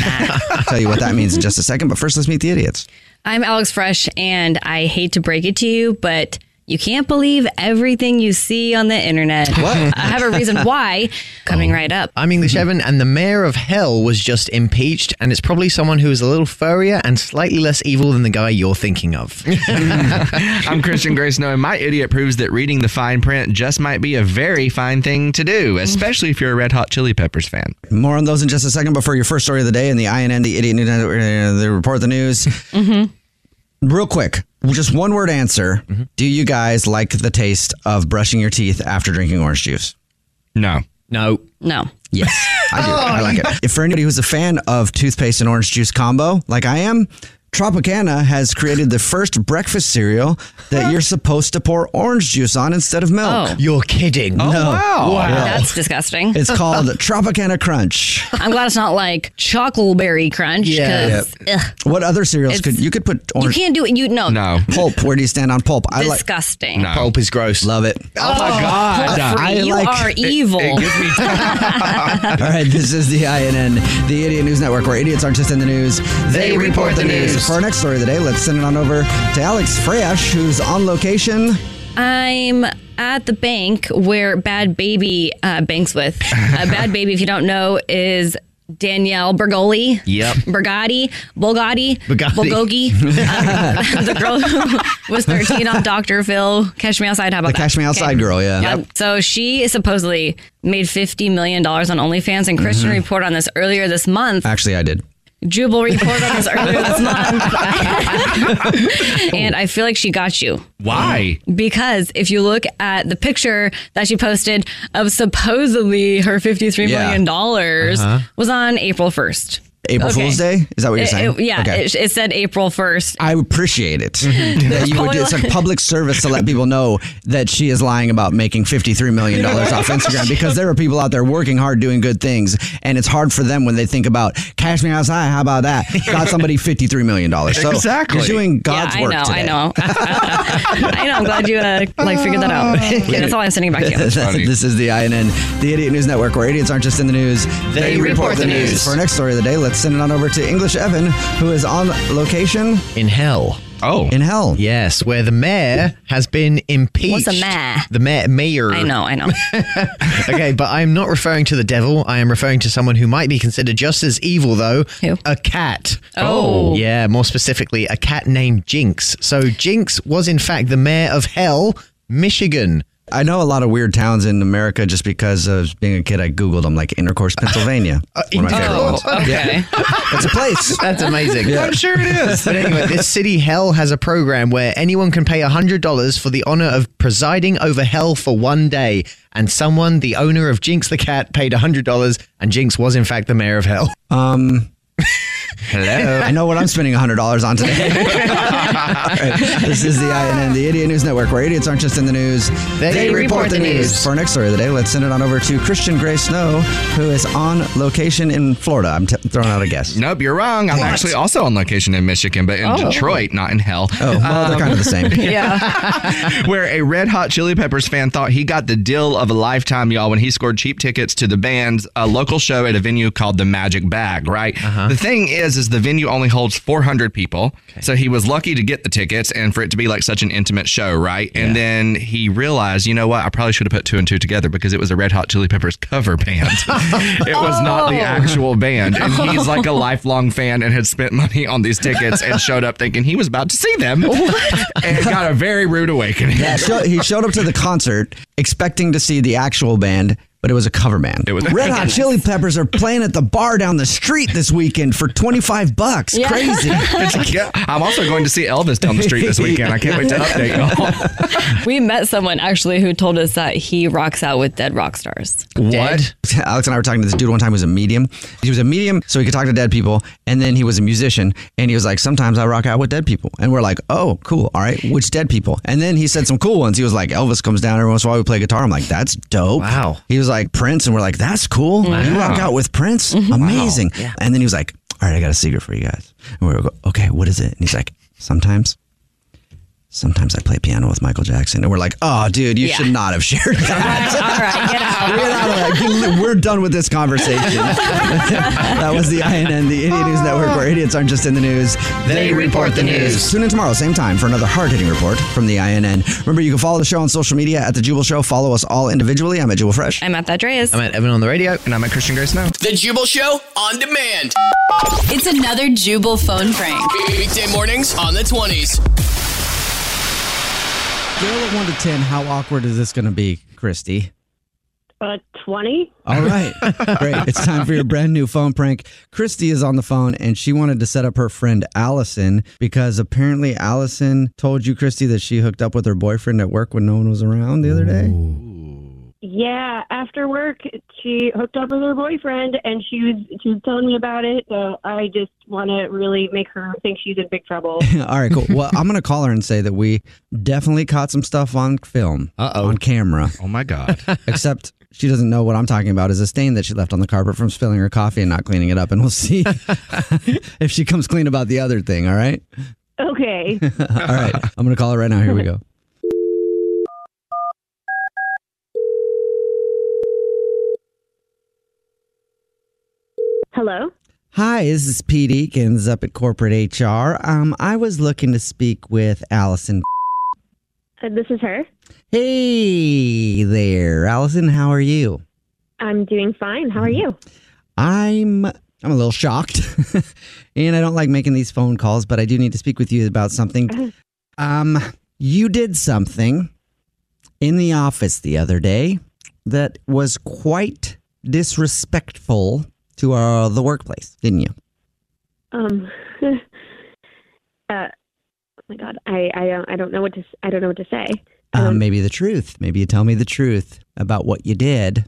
S2: I'll tell you what that means in just a second, but first let's meet the idiots.
S17: I'm Alex Fresh, and I hate to break it to you, but you can't believe everything you see on the internet.
S9: (laughs) What?
S17: I have a reason
S9: (laughs)
S17: why coming right up.
S9: I'm English
S2: Mm-hmm.
S9: Evan, and the mayor of hell was just impeached, and it's probably someone who is a little furrier and slightly less evil than the guy you're thinking of.
S7: (laughs) I'm Christian Grace Noe, and my idiot proves that reading the fine print just might be a very fine thing to do, especially if you're a Red Hot Chili Peppers fan.
S2: More on those in just a second, but for your first story of the day in the INN, the Idiot News Network, uh, they report the news. Real quick, just one word answer. Do you guys like the taste of brushing your teeth after drinking orange juice?
S7: No.
S9: No.
S17: No.
S2: Yes,
S4: (laughs)
S2: I do. I like it. If for anybody who's a fan of toothpaste and orange juice combo, like I am, Tropicana has created the first breakfast cereal
S4: (laughs)
S2: that you're supposed to pour orange juice on instead of milk.
S4: Oh.
S2: You're kidding.
S4: Oh,
S2: no.
S4: wow. Wow.
S2: Yeah.
S4: That's disgusting. (laughs)
S2: It's called Tropicana Crunch.
S4: I'm glad it's not like chocolberry crunch. 'cause, ugh,
S2: What other cereals could you could put
S4: you
S2: orange
S4: can't do it. You no.
S2: Pulp. Where do you stand on pulp? I like
S4: Disgusting.
S2: Pulp is gross. Love it.
S4: Oh my God. you are evil. (laughs)
S2: (laughs) All right, this is the INN, the Idiot News Network, where idiots aren't just in the news, they, report the news. For our next story of the day, let's send it on over to Alex Fresh, who's on location.
S4: I'm at the bank where Bad Baby uh, banks with.
S2: (laughs)
S4: Uh, Bad Baby, if you don't know, is Danielle Bergoli.
S7: Yep.
S4: Bergatti, Bulgatti,
S7: Bugatti.
S2: (laughs)
S4: Bulgogi. Uh, (laughs) the girl who was 13 on Dr. Phil. Cash Me Outside. How about
S2: The
S4: that?
S2: Cash Me Outside girl, yeah.
S4: Yep. So she supposedly made $50 million on OnlyFans, and Christian
S2: Mhm.
S4: reported on this earlier this month.
S2: Actually, I did.
S4: Jubal
S2: (laughs)
S4: reported on this earlier this month. and I feel like she got you.
S7: Why?
S4: Because if you look at the picture that she posted of supposedly her fifty-three
S2: Yeah.
S4: million dollars
S2: Uh-huh.
S4: was on April 1st.
S2: April
S4: Okay.
S2: Fool's Day? Is that what you're
S4: It-
S2: saying?
S4: it- yeah,
S2: Okay.
S4: it, it said April 1st.
S2: I appreciate it (laughs) that
S4: There's
S2: you would do
S4: (laughs)
S2: it's
S4: probably
S2: a
S4: like-
S2: public service to let people know that she is lying about making $53 million
S4: (laughs)
S2: off Instagram because there are people out there working hard doing good things and it's hard for them when they think about cash me outside how
S4: (laughs)
S2: about that got somebody $53 million so
S4: Exactly.
S2: you're doing God's
S4: Yeah, I
S2: work
S4: know,
S2: today.
S4: I know. (laughs) I know. I'm glad you uh, like figured that
S2: (laughs)
S4: out. Okay, that's all I'm sending back to you.
S2: this is the INN, the Idiot News Network, where idiots aren't just in the news,
S4: They report the news.
S2: For our next story of the day, let's send it on over to English Evan, who is on (laughs) location.
S9: In hell.
S7: Oh.
S2: In hell.
S9: Yes, where the mayor has been impeached.
S4: What's a mayor?
S9: The mayor. mayor.
S4: I know, I know.
S9: (laughs) okay, but I'm not referring to the devil. I am referring to someone who might be considered just as evil, though. A cat.
S4: Oh.
S9: Yeah, more specifically, a cat named Jinx. So Jinx was, in fact, the mayor of hell, Michigan.
S2: I know a lot of weird towns in America just because uh, being a kid, I Googled them, like Intercourse, Pennsylvania.
S9: Uh,
S2: one of my favorite ones.
S9: Intercourse.
S2: Yeah. It's a place.
S9: (laughs) That's amazing.
S2: Oh, Yeah. I'm sure it is.
S9: But anyway, this city hell has a program where anyone can pay $100 for the honor of presiding over hell for one day. And someone, the owner of Jinx the cat, paid $100, and Jinx was, in fact, the mayor of hell.
S2: Um.
S9: (laughs) Hello.
S2: I know what I'm spending $100 on today. (laughs) All right, This is the INN, the Idiot News Network, where idiots aren't just in the news,
S9: They report the news.
S2: For our next story of the day, let's send it on over to Christian Gray Snow, who is on location in Florida. I'm t- throwing out a guess.
S7: Nope, you're wrong. I'm actually also on location in Michigan, but in
S2: Oh.
S7: Detroit, not in hell. Oh,
S2: well, they're kind of the
S4: (laughs)
S12: (laughs)
S2: same.
S7: (laughs) Where a Red Hot Chili Peppers fan thought he got the deal of a lifetime, y'all, when he scored cheap tickets to the band's a local show at a venue called the Magic Bag, right? The thing is, is the venue only holds 400 people, so he was lucky to get the tickets and for it to be like such an intimate show, right? And then he realized, you know what? I probably should have put two and two together because it was a Red Hot Chili Peppers cover band. (laughs) it was not the
S18: Oh.
S7: actual band, and he's like a lifelong fan and had spent money on these tickets and showed up thinking he was about to see them and got a very rude
S2: (laughs)
S7: awakening.
S2: Yeah, show, he showed up to the concert expecting to see the actual band, but it was a cover band. It was Red Hot Chili Peppers are playing at the bar down the street this weekend for 25 bucks.
S7: Yeah.
S2: Crazy.
S7: (laughs) It's- yeah, I'm also going to see Elvis down the street this weekend. I can't wait to update y'all.
S4: we met someone actually who told us that he rocks out with dead rock stars.
S2: What? Alex and I were talking to this dude one time who was a medium. He was a medium, so he could talk to dead people. And then he was a musician, and he was like, Sometimes I rock out with dead people. And we're like, Oh, cool. All right. Which dead people? And then he said some cool ones. He was like, Elvis comes down every once in a while. We play guitar. I'm like, That's dope. Wow. He was like, Prince. And we're like, That's cool. You
S18: Wow. Mm-hmm.
S2: rock out with Prince? Amazing. And then he was like, All right, I got a secret for you guys. And we were like, Okay, what is it? And he's like, Sometimes. Sometimes I play piano with Michael Jackson, and we're like, "Oh, dude, you
S18: Yeah.
S2: should not have shared that." Get out of
S18: here.
S2: that. We're done with this conversation. (laughs) that was the INN, the Idiot News Network, where idiots aren't just in the news,
S18: They report the news.
S2: Tune in tomorrow, same time, for another hard hitting report from the INN. Remember, you can follow the show on social media at The Jubal Show. Follow us all individually. I'm at Jubal Fresh.
S4: I'm at That Dreas.
S9: I'm at Evan on the radio. And I'm at Christian Grace now.
S1: The Jubal Show on demand.
S19: It's another Jubal phone prank.
S1: Weekday mornings on the 20s.
S2: Scale of 1 to 10, how awkward is this going to be, Christy?
S20: Uh, 20?
S2: All right. Great. It's time for your brand new phone prank. Christy is on the phone and she wanted to set up her friend Allison because apparently Allison told you, Christy, that she hooked up with her boyfriend at work when no one was around the other day.
S20: (laughs) Yeah, after work, she hooked up with her boyfriend, and she was she was telling me about it. So I just want to really make her think she's in big trouble.
S2: (laughs) All right, cool. Well, I'm gonna call her and say that we definitely caught some stuff on film, Uh-oh. on camera.
S7: Oh my god!
S2: (laughs) Except she doesn't know what I'm talking about is a stain that she left on the carpet from spilling her coffee and not cleaning it up, and we'll
S7: (laughs)
S2: see (laughs) if she comes clean about the other thing. All right.
S20: (laughs) Okay.
S2: All right. I'm gonna call her right now. Here we go.
S20: Hello.
S2: Hi, this is Pete Eakins up at Corporate HR. Um, I was looking to speak with Allison.
S20: Uh, this is her.
S2: Hey there, Allison. How are you?
S20: I'm doing fine. How are you?
S2: I'm I'm a little shocked, (laughs) and I don't like making these phone calls, but I do need to speak with you about (laughs) something. Um, you did something in the office the other day that was quite disrespectful to our the workplace, didn't you?
S20: Um. (laughs) uh, oh my God. I I don't I don't know what to s- I don't know what to say.
S2: Um, maybe the truth. Maybe you tell me the truth about what you did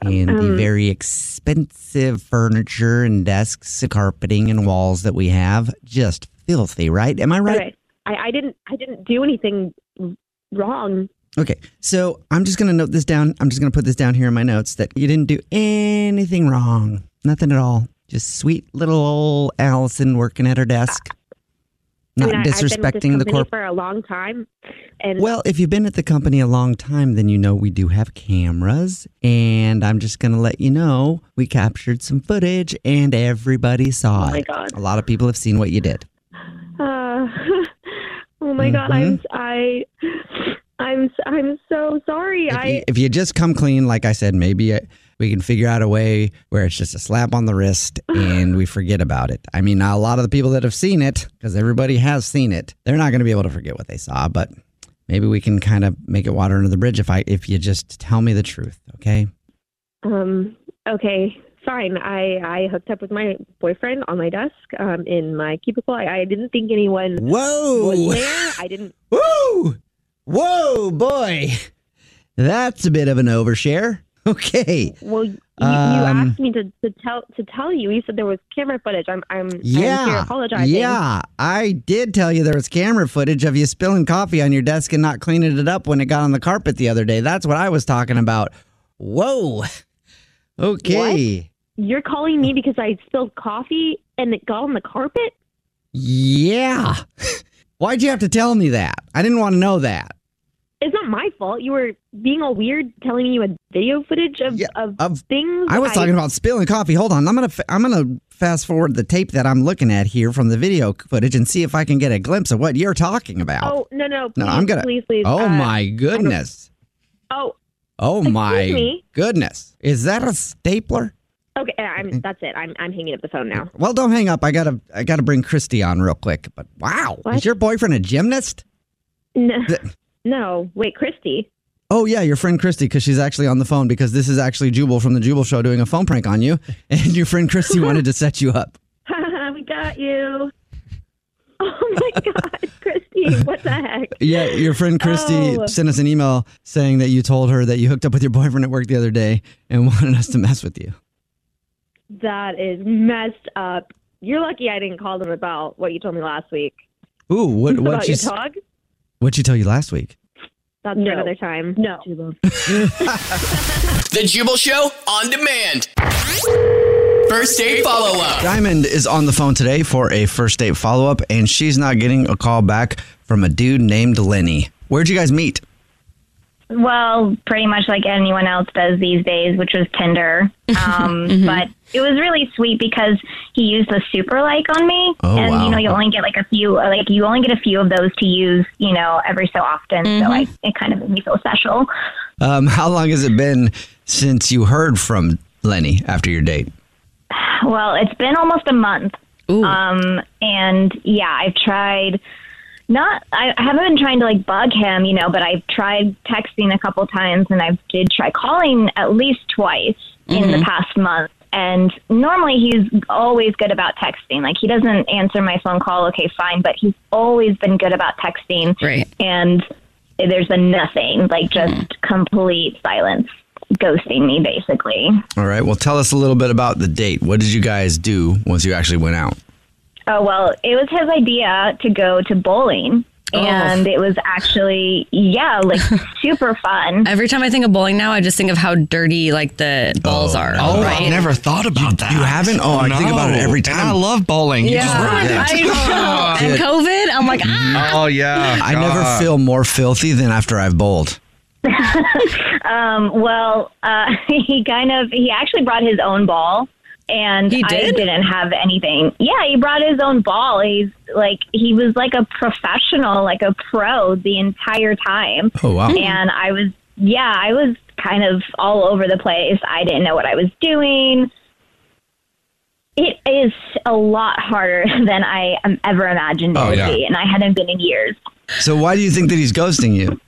S2: and the
S20: um,
S2: very expensive furniture and desks, and carpeting and walls that we have. Just filthy, right? Am I right?
S20: Okay. I I didn't I didn't do anything w- wrong.
S2: Okay. So I'm just going to note this down. I'm just going to put this down here in my notes that you didn't do anything wrong. Nothing at all. Just sweet little old Allison working at her desk,
S20: I
S2: not
S20: mean, I- I've been with
S2: disrespecting the
S20: this company
S2: corp.
S20: for a long time, and
S2: Well, if you've been at the company a long time, then you know we do have cameras. And I'm just going to let you know we captured some footage and everybody saw
S20: Oh my
S2: it.
S20: God.
S2: A lot of people have seen what you did.
S20: Uh, (laughs) oh my god,
S2: Mm-hmm.
S20: I'm I, I'm I'm so sorry. I
S2: If you just come clean, like I said, maybe uh, we can figure out a way where it's just a slap on the wrist and we forget about it. I mean, a lot of the people that have seen it, because everybody has seen it, they're not going to be able to forget what they saw, but maybe we can kind of make it water under the bridge if I if you just tell me the truth, okay?
S20: um okay, fine. I I hooked up with my boyfriend on my desk um in my cubicle. I, I didn't think anyone
S2: Whoa.
S20: was there. I didn't.
S2: Woo! Whoa, boy. That's a bit of an overshare. (laughs) Okay.
S20: Well, you, you
S2: Um,
S20: asked me to, to tell to tell you. You said there was camera footage. I'm I'm I'm here
S2: Yeah.
S20: apologizing.
S2: Yeah. I did tell you there was camera footage of you spilling coffee on your desk and not cleaning it up when it got on the carpet the other day. That's what I was talking about. Whoa. Okay.
S20: You're calling me because I spilled coffee and it got on the carpet.
S2: Yeah. (laughs) Why'd you have to tell me that? I didn't want to know that.
S20: It's not my fault. You were being all weird, telling me you had video footage of of, things.
S2: I was talking about spilling coffee. Hold on, I'm gonna fa- I'm gonna fast forward the tape that I'm looking at here from the video footage and see if I can get a glimpse of what you're talking about.
S20: Oh no no! Please,
S2: no, I'm gonna.
S20: please please.
S2: oh
S20: uh,
S2: my goodness!
S20: Oh
S2: Oh my
S20: me?
S2: goodness! Is that a stapler?
S20: okay. uh, I'm that's it. I'm I'm hanging up the phone
S2: (laughs)
S20: now. (laughs)
S2: Well, don't hang up. I gotta I gotta bring Christy on real quick. But wow, is your boyfriend a gymnast?
S20: No
S2: Th-
S20: no wait, Christy. (laughs)
S2: Oh yeah, your friend Christy, because she's actually on the phone because this is actually Jubal from the Jubal Show doing a phone prank on you, (laughs) and your friend
S20: (laughs)
S2: Christy wanted to set you up.
S20: we got you. Oh
S2: (laughs)
S20: my God, Christy! What the heck?
S2: Yeah, your friend Christy
S20: Oh.
S2: sent us an email saying that you told her that you hooked up with your boyfriend at work the other day and (laughs) wanted us to mess with you.
S20: That is messed up. You're lucky I didn't call them about what you told me last week (laughs)
S2: Ooh, what
S20: about
S2: what you
S20: your dog.
S2: what you tell you last week?
S20: That's for another time. No.
S1: The Jubal Show on demand. First date follow up.
S2: Diamond is on the phone today for a first date follow up, and she's not getting a call back from a dude named Lenny. Where'd you guys meet?
S21: Well, pretty much like anyone else does these days, which was
S2: (laughs)
S21: Tinder. Um,
S2: Mm-hmm.
S21: But it was really sweet because he used the super like on me,
S2: Oh,
S21: and
S2: wow.
S21: you know you only get like a few, like you only get a few of those to use, you know, every so often.
S2: Mm-hmm.
S21: So I, it kind of made me feel special.
S2: Um, (laughs) how long has it been since you heard from Lenny after your date?
S21: Well, it's been almost a month. Um, and yeah, I've tried not, I, I haven't been trying to like bug him, you know, but I've tried texting a couple times and I did try calling at least twice in the
S22: Mhm.
S21: past month. And normally he's always good about texting. Like he doesn't answer my phone call. Okay, fine. But he's always been good about texting. Right. And there's been nothing, like just complete silence. ghosting me basically.
S2: All right. Well, tell us a little bit about the date. What did you guys do once you actually went out?
S21: Oh well, it was his idea to go to bowling.
S4: Oh.
S21: And it was
S4: (laughs)
S21: actually, yeah, like super fun.
S4: Every time I think of bowling now, I just think of how dirty like the balls are.
S7: Oh,
S4: right?
S7: I've never thought about that. You
S2: haven't? Oh, I think about it every
S7: time. I love bowling. You just ruined it.
S4: I know.
S2: Yeah.
S4: And COVID, I'm like, ah.
S7: Oh yeah.
S2: I never
S7: God.
S2: feel more filthy than after I've bowled.
S21: (laughs) um, well, uh, (laughs) he kind of he actually brought his own ball, and
S4: He did?
S21: I didn't have anything. Yeah, he brought his own ball. He's like he was like a professional, like a pro the entire time.
S2: Oh, wow.
S21: And I was yeah, I was kind of all over the place. I didn't know what I was doing. It is a lot harder (laughs) than I um, ever imagined it
S2: Oh,
S21: would
S2: yeah.
S21: be, and I hadn't been in years.
S2: So why do you think that he's ghosting you?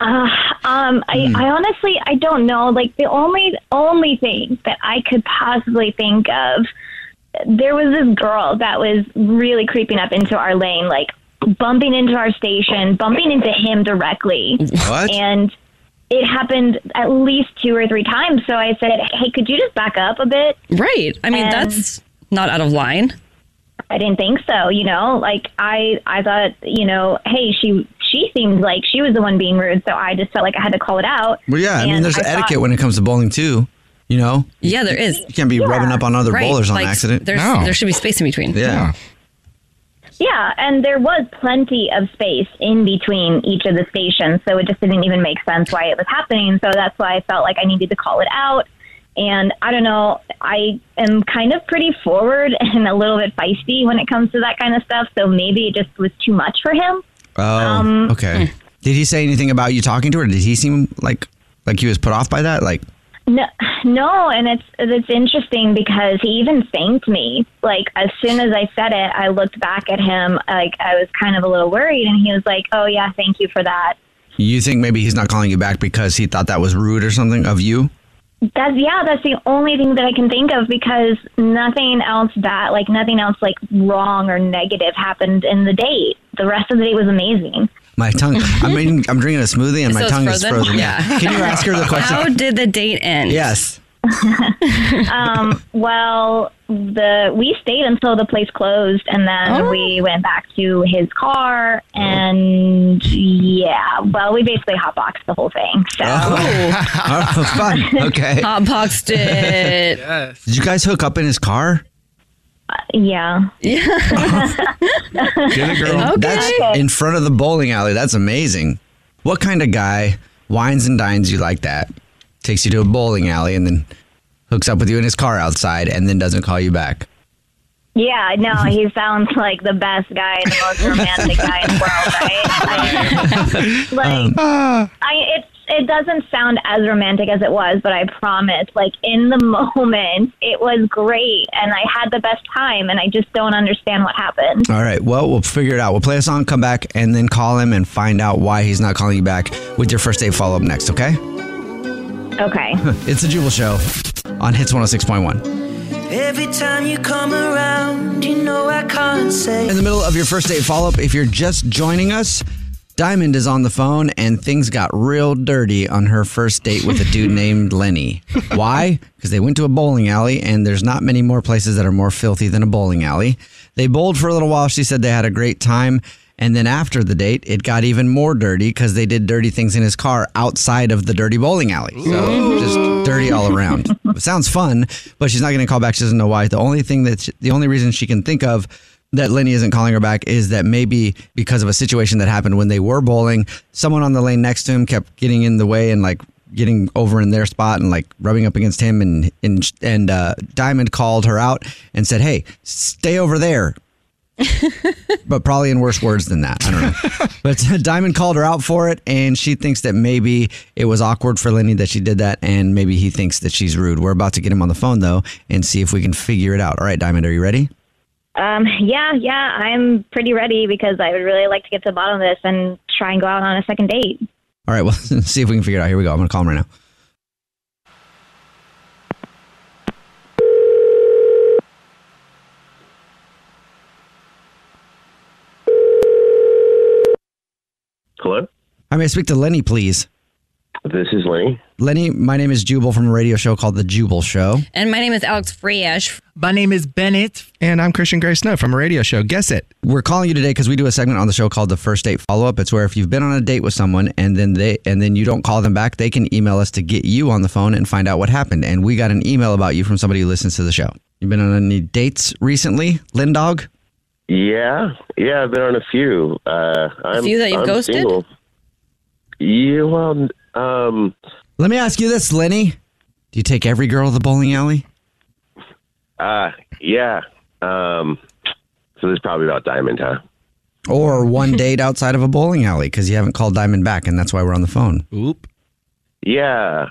S21: Uh, um, I,
S2: Hmm.
S21: I honestly, I don't know. Like the only only thing that I could possibly think of, there was this girl that was really creeping up into our lane, like bumping into our station, bumping into him directly,
S2: What?
S21: and it happened at least two or three times. So I said, "Hey, could you just back up a bit?"
S4: Right. I mean,
S21: And-
S4: that's not out of line.
S21: I didn't think so. You know, like I, I thought, you know, hey, she, she seemed like she was the one being rude, so I just felt like I had to call it out.
S2: Well, yeah. I mean,
S21: And
S2: there's
S21: I thought-
S2: etiquette when it comes to bowling too. You know.
S4: Yeah, there is.
S2: You can't be rubbing up on other
S4: Right.
S2: bowlers on
S4: Like,
S2: accident.
S4: there's- There should be space in between.
S2: Yeah.
S21: Yeah, and there was plenty of space in between each of the stations, so it just didn't even make sense why it was happening. So that's why I felt like I needed to call it out. And I don't know, I am kind of pretty forward (laughs) and a little bit feisty when it comes to that kind of stuff, so maybe it just was too much for him.
S2: Oh.
S21: Um,
S2: okay.
S4: hmm.
S2: Did he say anything about you talking to her? Did he seem like like he was put off by that? Like,
S21: No, no, and it's it's interesting because he even thanked me. Like as soon as I said it, I looked back at him. Like I was kind of a little worried, and he was like, "Oh yeah, thank you for that."
S2: you think maybe he's not calling you back because he thought that was rude or something of you?
S21: That's yeah, that's the only thing that I can think of because nothing else bad, like nothing else like wrong or negative happened in the date. The rest of the date was amazing.
S2: My tongue.
S4: (laughs)
S2: I mean, I'm drinking a smoothie and
S4: So
S2: my
S4: it's
S2: tongue is
S4: frozen?
S2: frozen.
S4: Yeah.
S2: (laughs) Can you ask her the question?
S4: (laughs) How did the date end?
S2: Yes.
S21: um, well, the we stayed until the place closed, and then
S2: Oh.
S21: we went back to his car, and yeah, well, we basically hotboxed the whole thing. So
S2: Oh, (laughs)
S4: (laughs)
S2: fun. Okay.
S4: Hotboxed it.
S2: (laughs) Did you guys hook up in his car?
S21: yeah,
S2: Get it,
S21: girl.
S2: That's
S21: (laughs) Okay.
S2: in front of the bowling alley. That's amazing. What kind of guy wines and dines you like that? Takes you to a bowling alley and then hooks up with you in his car outside and then doesn't call you back.
S21: yeah, no, he sounds like the best guy, the most romantic guy in the world, (laughs) right?
S6: Um,
S2: Um,
S21: like, I it's it doesn't sound as romantic as it was, but I promise, like in the (laughs) moment, it was great, and I had the best time, and I just don't understand what happened.
S2: All right. Well, we'll figure it out. We'll play a song, come back, and then call him and find out why he's not calling you back with your first date follow up next, okay?
S21: Okay.
S2: (laughs) it's a Jubal Show on Hits 106.1.
S18: Every time you come around, you know I can't say.
S2: In the middle of your first date follow up, if you're just joining us, Diamond is on the phone and things got real dirty on her first date with a dude named Lenny. Why? Because they went to a bowling alley and there's not many more places that are more filthy than a bowling alley. They bowled for a little while. She said they had a great time. And then after the date, it got even more dirty because they did dirty things in his car outside of the dirty bowling alley. So just dirty all around. It sounds fun, but she's not going to call back. She doesn't know why. The only thing that she- the only reason she can think of that Lenny isn't calling her back is that maybe because of a situation that happened when they were bowling, someone on the lane next to him kept getting in the way and like getting over in their spot and like rubbing up against him and and and uh, Diamond called her out and said, "Hey, stay over there." but probably in worse words than that. I don't know. but uh, Diamond called her out for it, and she thinks that maybe it was awkward for Lenny that she did that, and maybe he thinks that she's rude. We're about to get him on the phone though and see if we can figure it out. All right, Diamond, are you ready?
S21: Um, yeah, yeah, I'm pretty ready because I would really like to get to the bottom of this and try and go out on a second date.
S2: All right, well, (laughs) see if we can figure it out. Here we go. I'm gonna call him right now.
S6: Hello?
S2: I may I speak to Lenny, please.
S6: This is Lenny.
S2: Lenny, my name is Jubal from a radio show called The Jubal Show.
S4: And my name is Alex Freyash.
S7: My name is Bennett. And I'm Christian Gray Snow from a radio show. Guess it.
S2: We're calling you today because we do a segment on the show called the first date follow up. It's where if you've been on a date with someone and then they and then you don't call them back, they can email us to get you on the phone and find out what happened. And we got an email about you from somebody who listens to the show. You've been on any dates recently, Lindog?
S6: Yeah, yeah, I've been on a few. Uh, I'm,
S2: few that you've
S6: I'm
S2: ghosted?
S6: Single. Yeah, well, um,
S2: Let me ask you this, Lenny. Do you take every girl to the bowling alley?
S6: uh, yeah. Um, so this is probably about Diamond, huh? (laughs)
S2: Or one date outside of a bowling alley because you haven't called Diamond back and that's why we're on the phone.
S7: Oop.
S6: Yeah.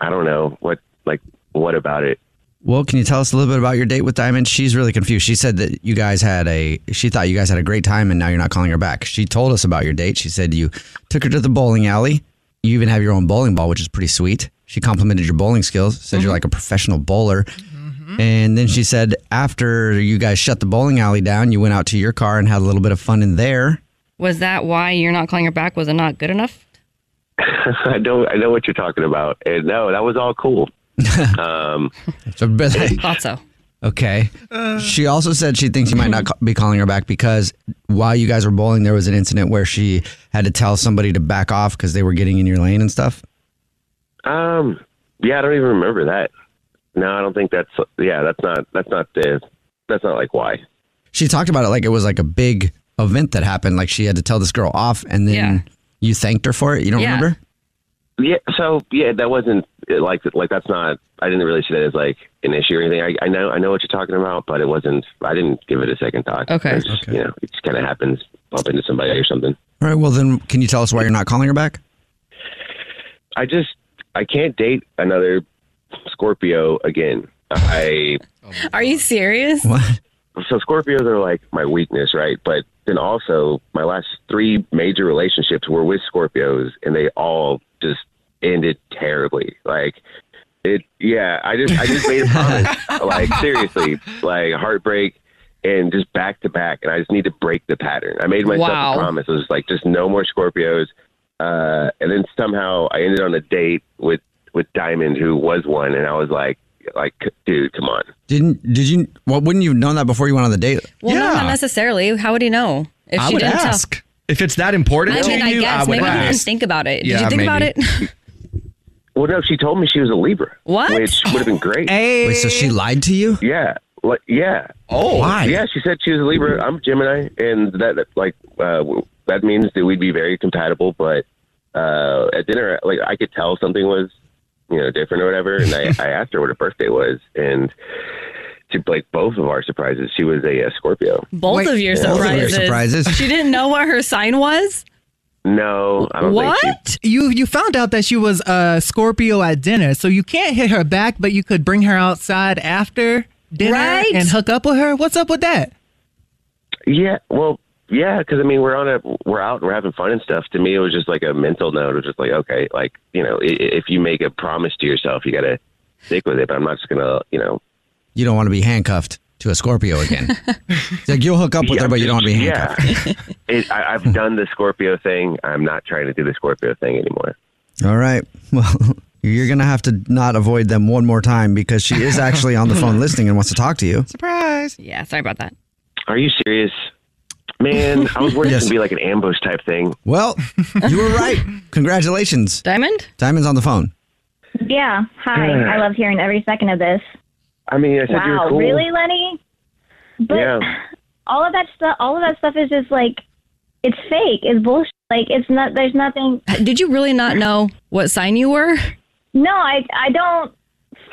S6: I don't know what, like, what about it? (laughs)
S2: Well, can you tell us a little bit about your date with Diamond? She's really confused. She said that you guys had a she thought you guys had a great time and now you're not calling her back. She told us about your date. She said you took her to the bowling alley. You even have your own bowling ball, which is pretty sweet. She complimented your bowling skills, said you're like a professional bowler. And then she said after you guys shut the bowling alley down, you went out to your car and had a little bit of fun in there.
S4: Was that why you're not calling her back? Was it not good enough?
S6: I know, I know what you're talking about. And no, that was all cool. um,
S2: So,
S4: Thought so.
S2: Okay.
S4: Uh.
S2: she also said she thinks you might not ca- be calling her back because while you guys were bowling, there was an incident where she had to tell somebody to back off because they were getting in your lane and stuff.
S6: um, yeah, I don't even remember that. No, I don't think that's, yeah, that's not, that's not the, that's not like why.
S2: She talked about it like it was like a big event that happened. Like she had to tell this girl off and then you thanked her for it. You don't
S6: Yeah.
S2: remember?
S6: Yeah. So yeah, that wasn't uh, like like that's not. I didn't really see that as like an issue or anything. I, I know I know what you're talking about, but it wasn't. I didn't give it a second thought.
S2: Okay.
S6: It's, You know, it just kind of happens. Bump into somebody or something.
S2: All right. Well, then can you tell us why you're not calling her back?
S6: I just I can't date another Scorpio again. I
S4: Are you serious?
S6: so Scorpios are like my weakness, right? But then also my last three major relationships were with Scorpios, and they all just ended terribly. Like it, yeah. I just I just made a promise, like seriously, like heartbreak. And just back to back, and I just need to break the pattern. I made myself
S22: Wow.
S6: a promise. It was like just no more Scorpios, uh, and then somehow I ended on a date with with Diamond, who was one, and I was like, like, dude, come on.
S2: Didn't, did you, well, wouldn't you have known that before you went on the date?
S4: Well, no, not necessarily. How would he know?
S2: I would
S4: tell-
S2: ask.
S7: If it's that important
S4: I
S7: to
S4: mean, I
S7: you,
S4: guess.
S7: I would
S4: maybe he didn't
S7: ask.
S4: think about it. Did
S6: Yeah,
S4: you think about it?
S6: maybe. Well, no, she told me she was a Libra.
S4: What?
S6: Which would have been
S4: (laughs)
S6: great.
S2: Wait, so she lied to you?
S6: Yeah. Like, yeah.
S2: Oh. Why?
S6: Yeah, she said she was a Libra. I'm a Gemini, and that that, like uh, w- that means that we'd be very compatible. But uh, at dinner, like I could tell something was you know different or whatever,
S2: (laughs)
S6: and I, I asked her what her birthday was, and to like both of our surprises, she was a, uh Scorpio.
S4: Both of your surprises. She didn't know what her
S12: (laughs)
S4: sign was.
S6: No, I don't think she.
S12: You you found out that she was a Scorpio at dinner, so you can't hit her back, but you could bring her outside after dinner
S6: Right.
S12: and hook up with her. What's up with that?
S6: Yeah, well, yeah, because I mean, we're on a, we're out, and we're having fun and stuff. To me, it was just like a mental note. It was just like, okay, like you know, i- i- if you make a promise to yourself, you got to stick with it. But I'm not just gonna, you know,
S2: You don't want to be handcuffed to a Scorpio again.
S4: (laughs)
S2: It's like you'll hook up with her, but you don't want to be handcuffed.
S6: it, I, I've done the Scorpio thing. I'm not trying to do the Scorpio thing anymore.
S2: All right. (laughs) Well, you're going to have to not avoid them one more time because she is actually on the phone listening and wants to talk to you.
S4: Surprise. Yeah, sorry about that.
S6: Are you serious, man? I was worried it would be like an ambush type thing.
S2: Well, you were right. Congratulations.
S4: Diamond?
S2: Diamond's on the phone.
S21: Yeah. Hi. I love hearing every second of this.
S6: I mean, I said you
S21: wow.
S6: were cool.
S21: Really, Lenny? But
S6: Yeah.
S21: all of that stuff, all of that stuff is just like, it's fake. It's bullshit. Like it's not. There's nothing.
S4: (laughs) Did you really not know what sign you were?
S21: No, I I don't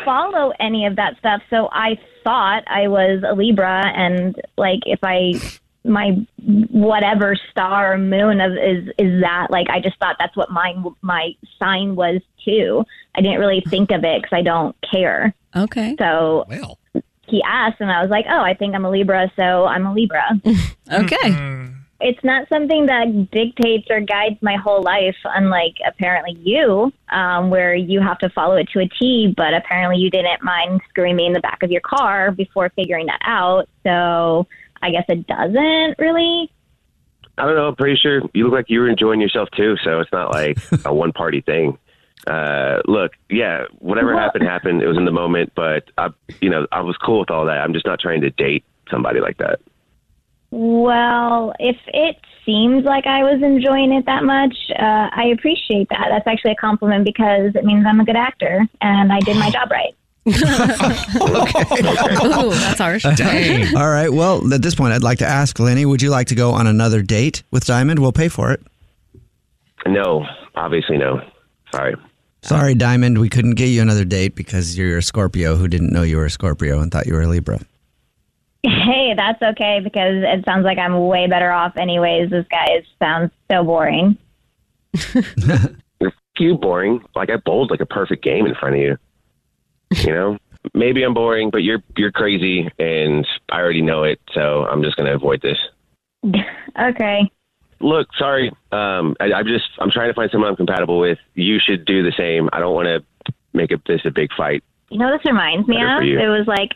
S21: follow any of that stuff. So I thought I was a Libra, and like if I my whatever star or moon of is is that like I just thought that's what my my sign was too. I didn't really think of it because I don't care.
S4: Okay.
S21: So he asked, and I was like, oh, I think I'm a Libra, so I'm a Libra.
S4: okay.
S21: It's not something that dictates or guides my whole life, unlike apparently you, um, where you have to follow it to a T, but apparently you didn't mind screwing me in the back of your car before figuring that out. So I guess it doesn't really
S23: I don't know. I'm pretty sure you look like you were enjoying yourself too. So it's not like a one party thing. Uh, look, yeah, whatever happened happened. It was in the moment, but I, you know, I was cool with all that. I'm just not trying to date somebody like that.
S21: Well, if it seems like I was enjoying it that much, uh, I appreciate that. That's actually a compliment because it means I'm a good actor and I did my job right.
S4: (laughs)
S21: (laughs)
S3: Ooh, that's harsh.
S2: All right. Well, at this point, I'd like to ask Lenny, would you like to go on another date with Diamond? We'll pay for it.
S23: No, obviously no. Sorry.
S2: Sorry, Diamond, we couldn't get you another date because you're a Scorpio who didn't know you were a Scorpio and thought you were a Libra.
S21: Hey, that's okay because it sounds like I'm way better off anyways. This guy is, sounds so boring. (laughs)
S23: You're you boring. Like I bowled like a perfect game in front of you. You know, (laughs) maybe I'm boring, but you're you're crazy, and I already know it. So I'm just gonna avoid this.
S21: Okay.
S23: Look, sorry. Um, I, I'm just I'm trying to find someone I'm compatible with. You should do the same. I don't want to make it, this a big fight.
S21: You know, what this reminds me
S23: Better
S21: of
S23: for you.
S21: it was like,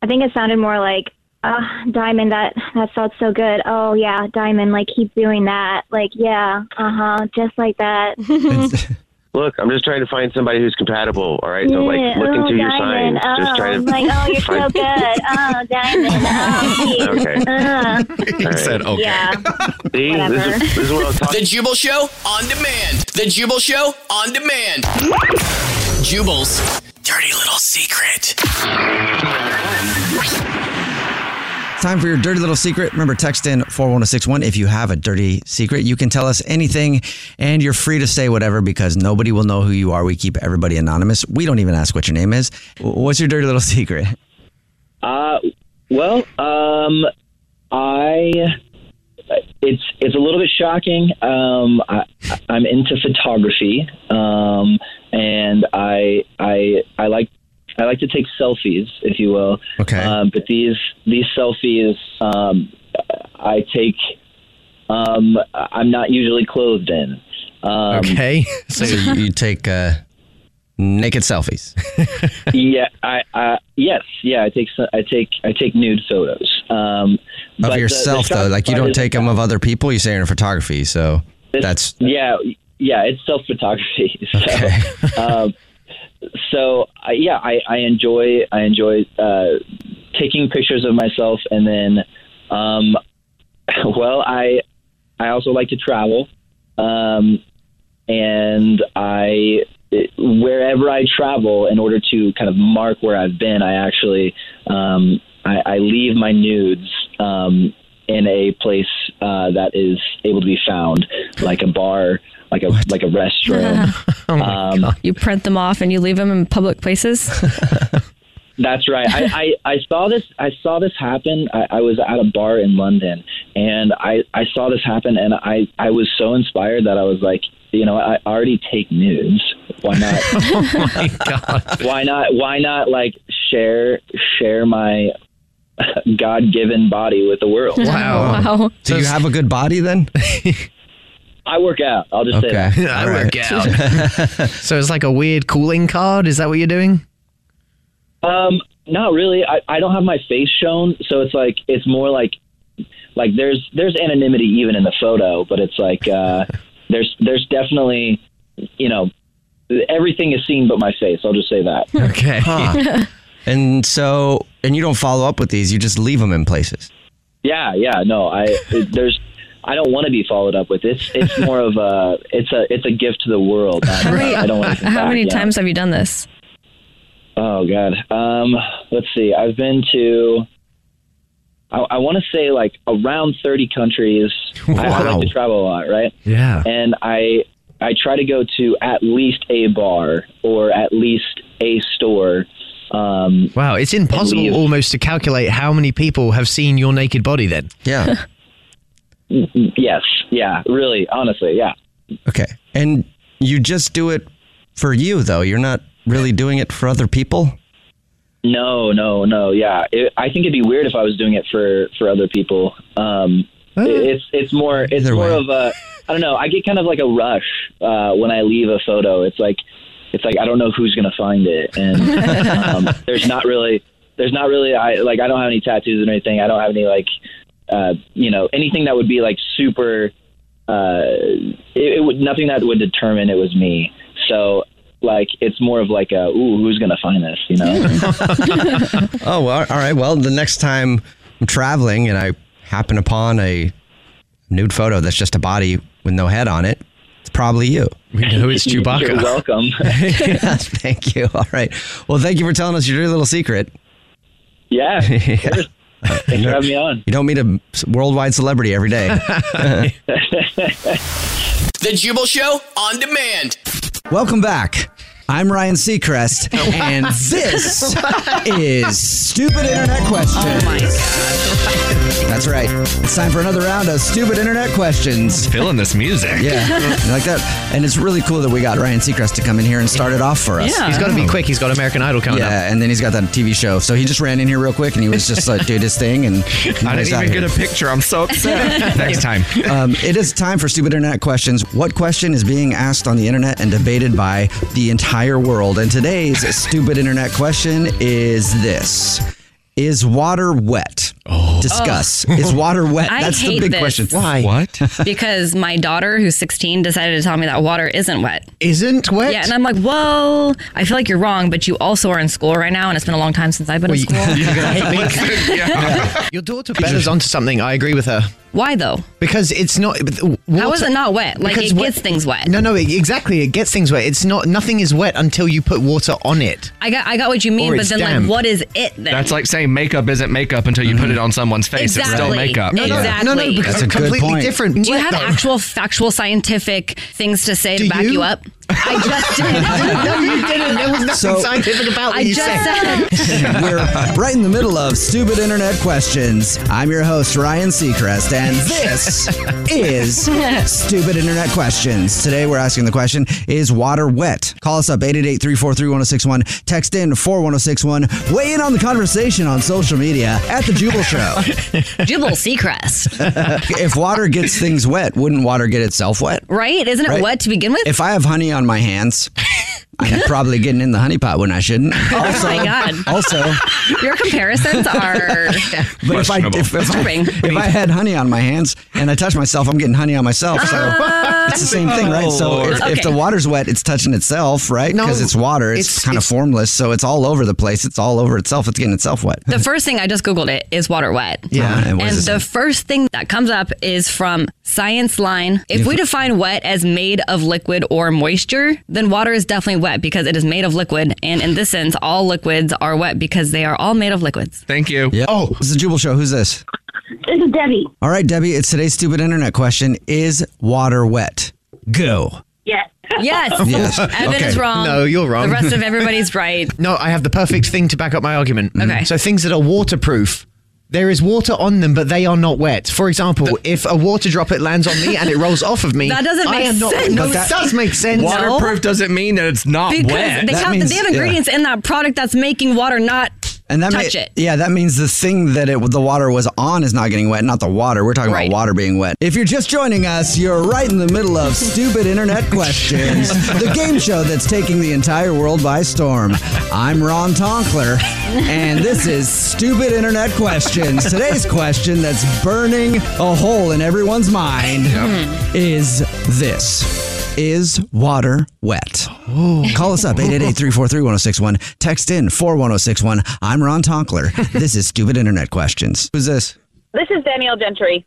S21: I think it sounded more like, oh, Diamond, that that felt so good. Oh yeah, Diamond, like keep doing that. Like yeah, uh huh, just like that.
S23: Look, I'm just trying to find somebody who's compatible. All right, so
S21: Yeah,
S23: like look
S21: oh,
S23: into your sign.
S21: Diamond, oh,
S23: just trying to (laughs)
S21: like oh, you're so
S23: find-
S21: good. Oh, Diamond, oh,
S23: Okay.
S21: cute. Uh,
S1: (laughs)
S23: All right.
S21: Yeah.
S23: See, this is, this is what I was talking
S1: The Jubal Show on demand. The Jubal Show on demand. Jubal's dirty little secret.
S2: Time for your dirty little secret. Remember, text in 41061 if you have a dirty secret. You can tell us anything and you're free to say whatever because nobody will know who you are. We keep everybody anonymous. We don't even ask what your name is. W- What's your dirty little (laughs) secret?
S22: Uh, well, um, I it's it's a little bit shocking. Um, I, I'm into photography, um, and I I I like I like to take selfies, if you will.
S2: Okay.
S22: Um, but these these selfies um, I take um, I'm not usually clothed in. Um,
S2: (laughs) so you you take uh, naked
S22: (laughs)
S2: selfies.
S22: yeah, I, I yes, yeah, I take so- I take I take nude photos. Um,
S2: Of
S22: but the-
S2: yourself,
S22: the
S2: though.
S22: shocking
S2: Like, you
S22: part
S2: don't
S22: is-
S2: take them of other people. You say in photography. So
S22: (laughs)
S2: that's.
S22: yeah, yeah, it's self photography. (laughs) So, um, so I, yeah, I, I enjoy I enjoy uh, taking pictures of myself, and then, um, (laughs) well, I I also like to travel, um, and I wherever I travel, in order to kind of mark where I've been, I actually um, I, I leave my nudes um, in a place uh, that is able to be found, like a bar, like a like a restroom. um,
S4: you print them off and you leave them in public (laughs) places.
S22: That's right. I, I, I saw this. I saw this happen. I, I was at a bar in London, and I, I saw this happen, and I, I was so inspired that I was like, you know, I already take nudes.
S9: (laughs)
S22: Why not?
S9: Oh
S22: (laughs) Why not? Why not? Like share share my God given body with the world.
S2: Do you have a good body then?
S22: (laughs) I work out. I'll just say that.
S9: (laughs) I work out. (laughs) so it's like a weird calling card. Is that what you're doing?
S22: Um, not really. I, I don't have my face shown, so it's like it's more like like there's there's anonymity even in the photo, but it's like uh, there's there's definitely you know everything is seen but my face. I'll just say that.
S2: Okay. and so, and you don't follow up with these. You just leave them in places.
S22: Yeah, yeah. No, I it, there's I don't want to be followed up with. It's it's more of a it's a it's a gift to the world. I,
S4: (laughs) How many,
S22: I don't want to
S4: how many
S22: yeah.
S4: times have you done this?
S22: Oh God. Um, let's see. I've been to. I, I want to say like around thirty countries. I, I
S24: Wow.
S22: like to travel a lot, right?
S24: Yeah.
S22: And I I try to go to at least a bar or at least a store. Um,
S9: Wow, it's impossible
S22: leave.
S9: almost to calculate how many people have seen your naked body. Then.
S2: Yeah.
S22: (laughs) yes. Yeah. Really. Honestly. Yeah.
S2: Okay. And you just do it for you, though. You're not really doing it for other people.
S22: No. No. No. Yeah. It, I think it'd be weird if I was doing it for for other people. Um, it- it's it's more it's more of a I don't know. I get kind of like a rush uh, when I leave a photo. It's like it's like I don't know who's gonna find it, and um, there's not really there's not really I like I don't have any tattoos or anything. I don't have any like uh, you know, anything that would be like super, uh, it, it would nothing that would determine it was me. So like, it's more of like a, ooh, who's gonna find this? You know.
S2: oh, well, all right. Well, the next time I'm traveling and I happen upon a nude photo that's just a body with no head on it, it's probably you.
S9: We know
S2: (laughs)
S22: (laughs)
S9: it's
S22: Chewbacca.
S9: (laughs)
S22: You're welcome.
S2: Yes, thank you. All right. Well, thank you for telling us your dirty little secret.
S22: Yeah.
S2: (laughs) Thanks
S22: for having me on.
S2: You don't meet a worldwide celebrity every
S9: (laughs)
S2: day.
S1: (laughs) The Jubal Show on demand.
S2: Welcome back. I'm Ryan Seacrest,
S7: (laughs)
S1: (laughs)
S4: (laughs)
S2: and this
S4: Oh
S2: is Stupid Internet Questions. Oh my God. That's right. It's time for another round of Stupid Internet Questions.
S7: Feeling this music.
S2: Yeah, you like that. And it's really cool that we got Ryan Seacrest to come in here and start it off for us.
S9: He's got to be quick. He's got American Idol coming
S2: Oh. yeah,
S9: up.
S2: and then he's got that TV show. So he just ran in here real quick and he was just like, did his thing. And
S7: (laughs) I didn't even get a picture. I'm
S2: (laughs)
S7: so upset. Next time.
S4: (laughs)
S2: um, it is time for stupid internet questions. What question is being asked on the internet and debated by the entire world? And today's stupid internet question is this. Is water wet? Discuss.
S4: Oh.
S2: Is water wet?
S4: I
S2: That's the
S4: hate
S2: big
S4: this.
S2: question.
S4: Why?
S7: What?
S9: (laughs)
S4: because my daughter, who's 16, decided to tell me that water isn't wet.
S9: Isn't wet?
S4: Yeah, and I'm like, well, I feel like you're wrong, but you also are in school right now, and it's been a long time since I've been in
S9: (laughs)
S4: school.
S9: Your daughter Bella's onto something. I agree with her.
S4: Why though?
S9: Because it's not. Water,
S4: How is it not wet? Like,
S9: because
S4: it
S9: wet-
S4: gets things wet.
S9: No, no, it- exactly. It gets things wet. It's not. Nothing is wet until you put water on it.
S4: I got, I got what you mean,
S9: Or
S4: but
S9: it's
S4: then
S9: damp.
S4: like, what is it then?
S7: That's like saying makeup isn't makeup until
S2: Mm-hmm.
S7: you put it on someone's face. It's still
S4: Exactly.
S7: makeup.
S4: No, no, Exactly. no, no, because That's a
S9: good completely point. different.
S4: Do you have actual factual scientific things to say to back you,
S9: you?
S4: up? I
S9: (laughs)
S4: just did.
S9: No, you didn't. There was nothing
S2: So-
S9: scientific about what
S4: I
S9: you
S4: just
S9: (laughs) said.
S2: We're right in the middle of stupid internet questions. I'm your host, Ryan Seacrest, and (laughs) this is Stupid Internet Questions. Today we're asking the question Is water wet? Call us up 888 343 1061. Text in 41061. Weigh in on the conversation on social media at The Jubal Show. (laughs)
S4: Jubal Seacrest.
S2: if water gets things wet, wouldn't water get itself wet?
S4: Right? Isn't it
S2: Right.
S4: wet to begin with?
S2: If I have honey on my hands,
S4: (laughs)
S2: I'm probably getting in the honey pot when I shouldn't. Also,
S4: oh my God.
S2: (laughs) also
S4: Your comparisons
S2: (laughs)
S4: are. (laughs)
S2: But if I if, if, I,
S4: Disturbing.
S2: if I had honey on my hands and I touch myself, I'm getting honey on myself. So it's the same thing, right?
S7: Oh,
S2: So if, if
S4: Okay.
S2: the water's wet, it's touching itself, right? Because it's water. It's, kind of formless, so it's all over the place. It's all over itself. It's getting itself wet.
S4: The first thing I just Googled it is water wet.
S2: Yeah, and
S4: And,
S2: what does it
S4: the first thing that comes up is from Science Line. If we define wet as made of liquid or moisture, then water is definitely wet because it is made of liquid. And in this sense, all liquids are wet because they are all made of liquids.
S7: Thank you.
S2: Yeah. Oh, this is the Jubal Show. Who's this?
S20: This is Debbie.
S2: All right, Debbie. It's today's stupid internet question: Is water wet? Go.
S20: Yes.
S4: Yes. (laughs)
S2: (laughs) Yes.
S4: Evan
S9: Okay.
S4: is wrong.
S9: No, you're wrong.
S4: The
S9: (laughs)
S4: rest of everybody's right.
S9: No, I have the perfect thing to back up my argument.
S4: Okay.
S9: So things that are waterproof. There is water on them, but they are not wet. For example, if a water droplet lands on me and it rolls off of me,
S4: That doesn't
S9: I
S4: make
S9: am not-
S4: sense.
S9: No,
S4: But
S9: it
S4: that-
S9: does make sense.
S7: Waterproof doesn't mean that it's not
S4: Because
S7: wet.
S4: they, have, they have ingredients in that product that's making water not
S2: And that
S4: touch
S2: mea-
S4: it.
S2: Yeah, that means the thing that it the water was on is not getting wet, not the water. We're talking
S4: Right.
S2: about water being wet. If you're just joining us, you're right in the middle of stupid
S4: (laughs)
S2: internet questions, the game show that's taking the entire world by storm. I'm Ron Tonkler, and this is stupid internet questions. Today's question that's burning a hole in everyone's mind Mm-hmm. is this. Is water wet? Call us up 888-343-1061. Text in 41061. I'm Ron Tonkler. This is Stupid Internet Questions. Who's this?
S25: This is Danielle Gentry.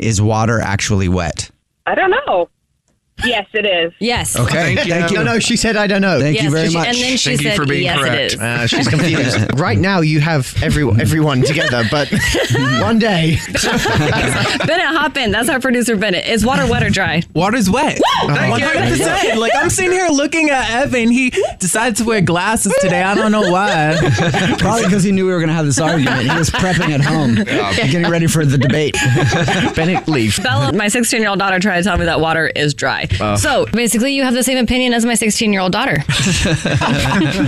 S2: Is water actually wet?
S25: I don't know. Yes, it is.
S4: Yes.
S2: Okay, thank you.
S9: (laughs) No, no, she said I don't know.
S2: Thank you Yes, very she- much.
S4: and then she Thank you said, for being "Yes, it correct." is.
S9: Uh,
S4: (laughs)
S9: she's confused. right now, you have every, everyone together, but
S4: (laughs)
S9: one day.
S4: Bennett, hop in. That's our producer, Bennett. Is water wet or dry?
S12: Water's wet.
S2: Uh-huh.
S4: Woo!
S12: One hundred percent. Like I'm sitting here looking at Evan. He decided to wear glasses today. I don't know why.
S2: (laughs) Probably because he knew we were going to have this argument.
S12: (laughs)
S2: He was prepping
S4: (laughs)
S2: at home, getting ready for the debate.
S9: Bennett, leave.
S4: Bella, my 16 year old daughter, tried to tell me that water is dry.
S2: Uh.
S7: Oh.
S4: So basically, you have the same opinion as my 16 year old daughter.
S2: (laughs)
S4: (laughs)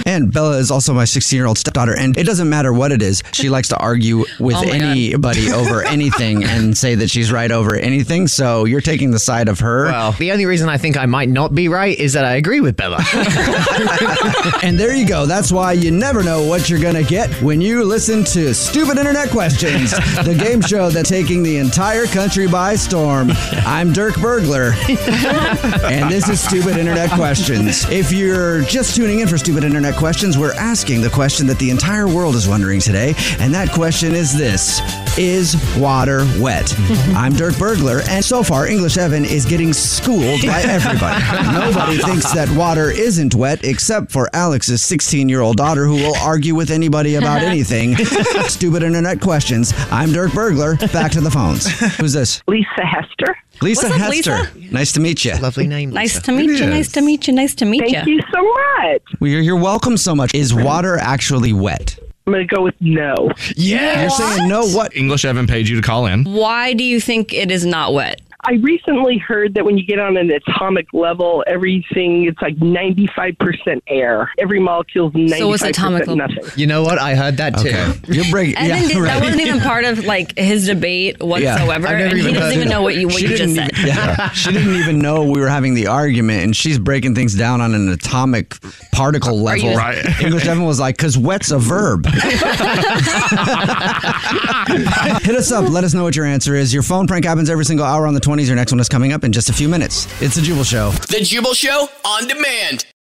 S2: and Bella is also my 16 year old stepdaughter. And it doesn't matter what it is, she likes to argue with
S4: Oh my God.
S2: anybody
S9: (laughs)
S2: over anything and say that she's right over anything. So you're taking the side of her. Well,
S9: the only reason I think I might not be right is that I agree with Bella.
S2: (laughs) and there you go. That's why you never know what you're going to get when you listen to Stupid Internet Questions, the game show that's taking the entire country by storm. I'm Dirk Burglar, (laughs) and this is Stupid Internet Questions. If you're just tuning in for Stupid Internet Questions, we're asking the question that the entire world is wondering today, and that question is this Is water wet? I'm Dirk Burglar, and so far, English Evan is getting schooled by everybody. Nobody thinks that water isn't wet except for Alex's 16 year old daughter who will argue with anybody about anything. Stupid internet questions. I'm Dirk Burglar. Back to the phones. Who's this?
S11: Lisa Hester.
S2: Lisa
S11: What's up,
S2: Hester. Nice to meet you.
S9: Lovely name.
S4: nice to meet you. Nice to meet you. Nice to meet
S11: Thank
S4: you.
S11: you so much.
S2: Well, you're, you're welcome so much. Is water actually wet?
S11: I'm going to go with no.
S2: Yeah. You're saying no what?
S7: English Evan paid you to call in.
S4: Why do you think it is not wet?
S11: (laughs) I recently heard that when you get on an atomic level, everything it's like 95% air. Every molecule's 95%
S4: So it's atomic level. (laughs)
S11: nothing.
S9: You know what? I heard that too.
S2: You're breaking.
S4: Evan did, that (laughs) wasn't
S2: (laughs)
S4: even part of like his debate whatsoever,
S2: I've never
S4: and he
S2: even
S4: doesn't
S2: heard
S4: even
S2: it.
S4: know what you what you
S2: She
S4: just
S2: didn't
S4: said.
S2: even- yeah. she didn't even know we were having the argument, and she's breaking things down on an atomic particle
S4: Are you-
S2: level.
S4: Right.
S2: English Evan was like, "Cause wet's
S4: (laughs)
S2: a verb." Hit us up. Let us know what your answer is. Your phone prank happens every single hour on the 20s. Your next one is coming up in just a few minutes. It's the Jubal Show.
S26: The Jubal Show on demand.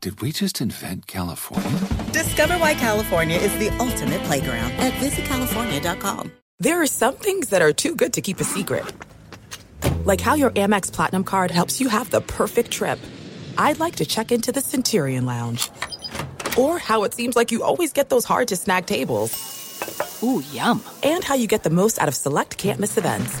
S24: Did we just invent California?
S12: Discover why California is the ultimate playground at visitcalifornia.com.
S27: There are some things that are too good to keep a secret. Like how your Amex Platinum card helps you have the perfect trip. I'd like to check into the Centurion Lounge. Or how it seems like you always get those hard to snag tables. Ooh, yum. And how you get the most out of select can't miss events.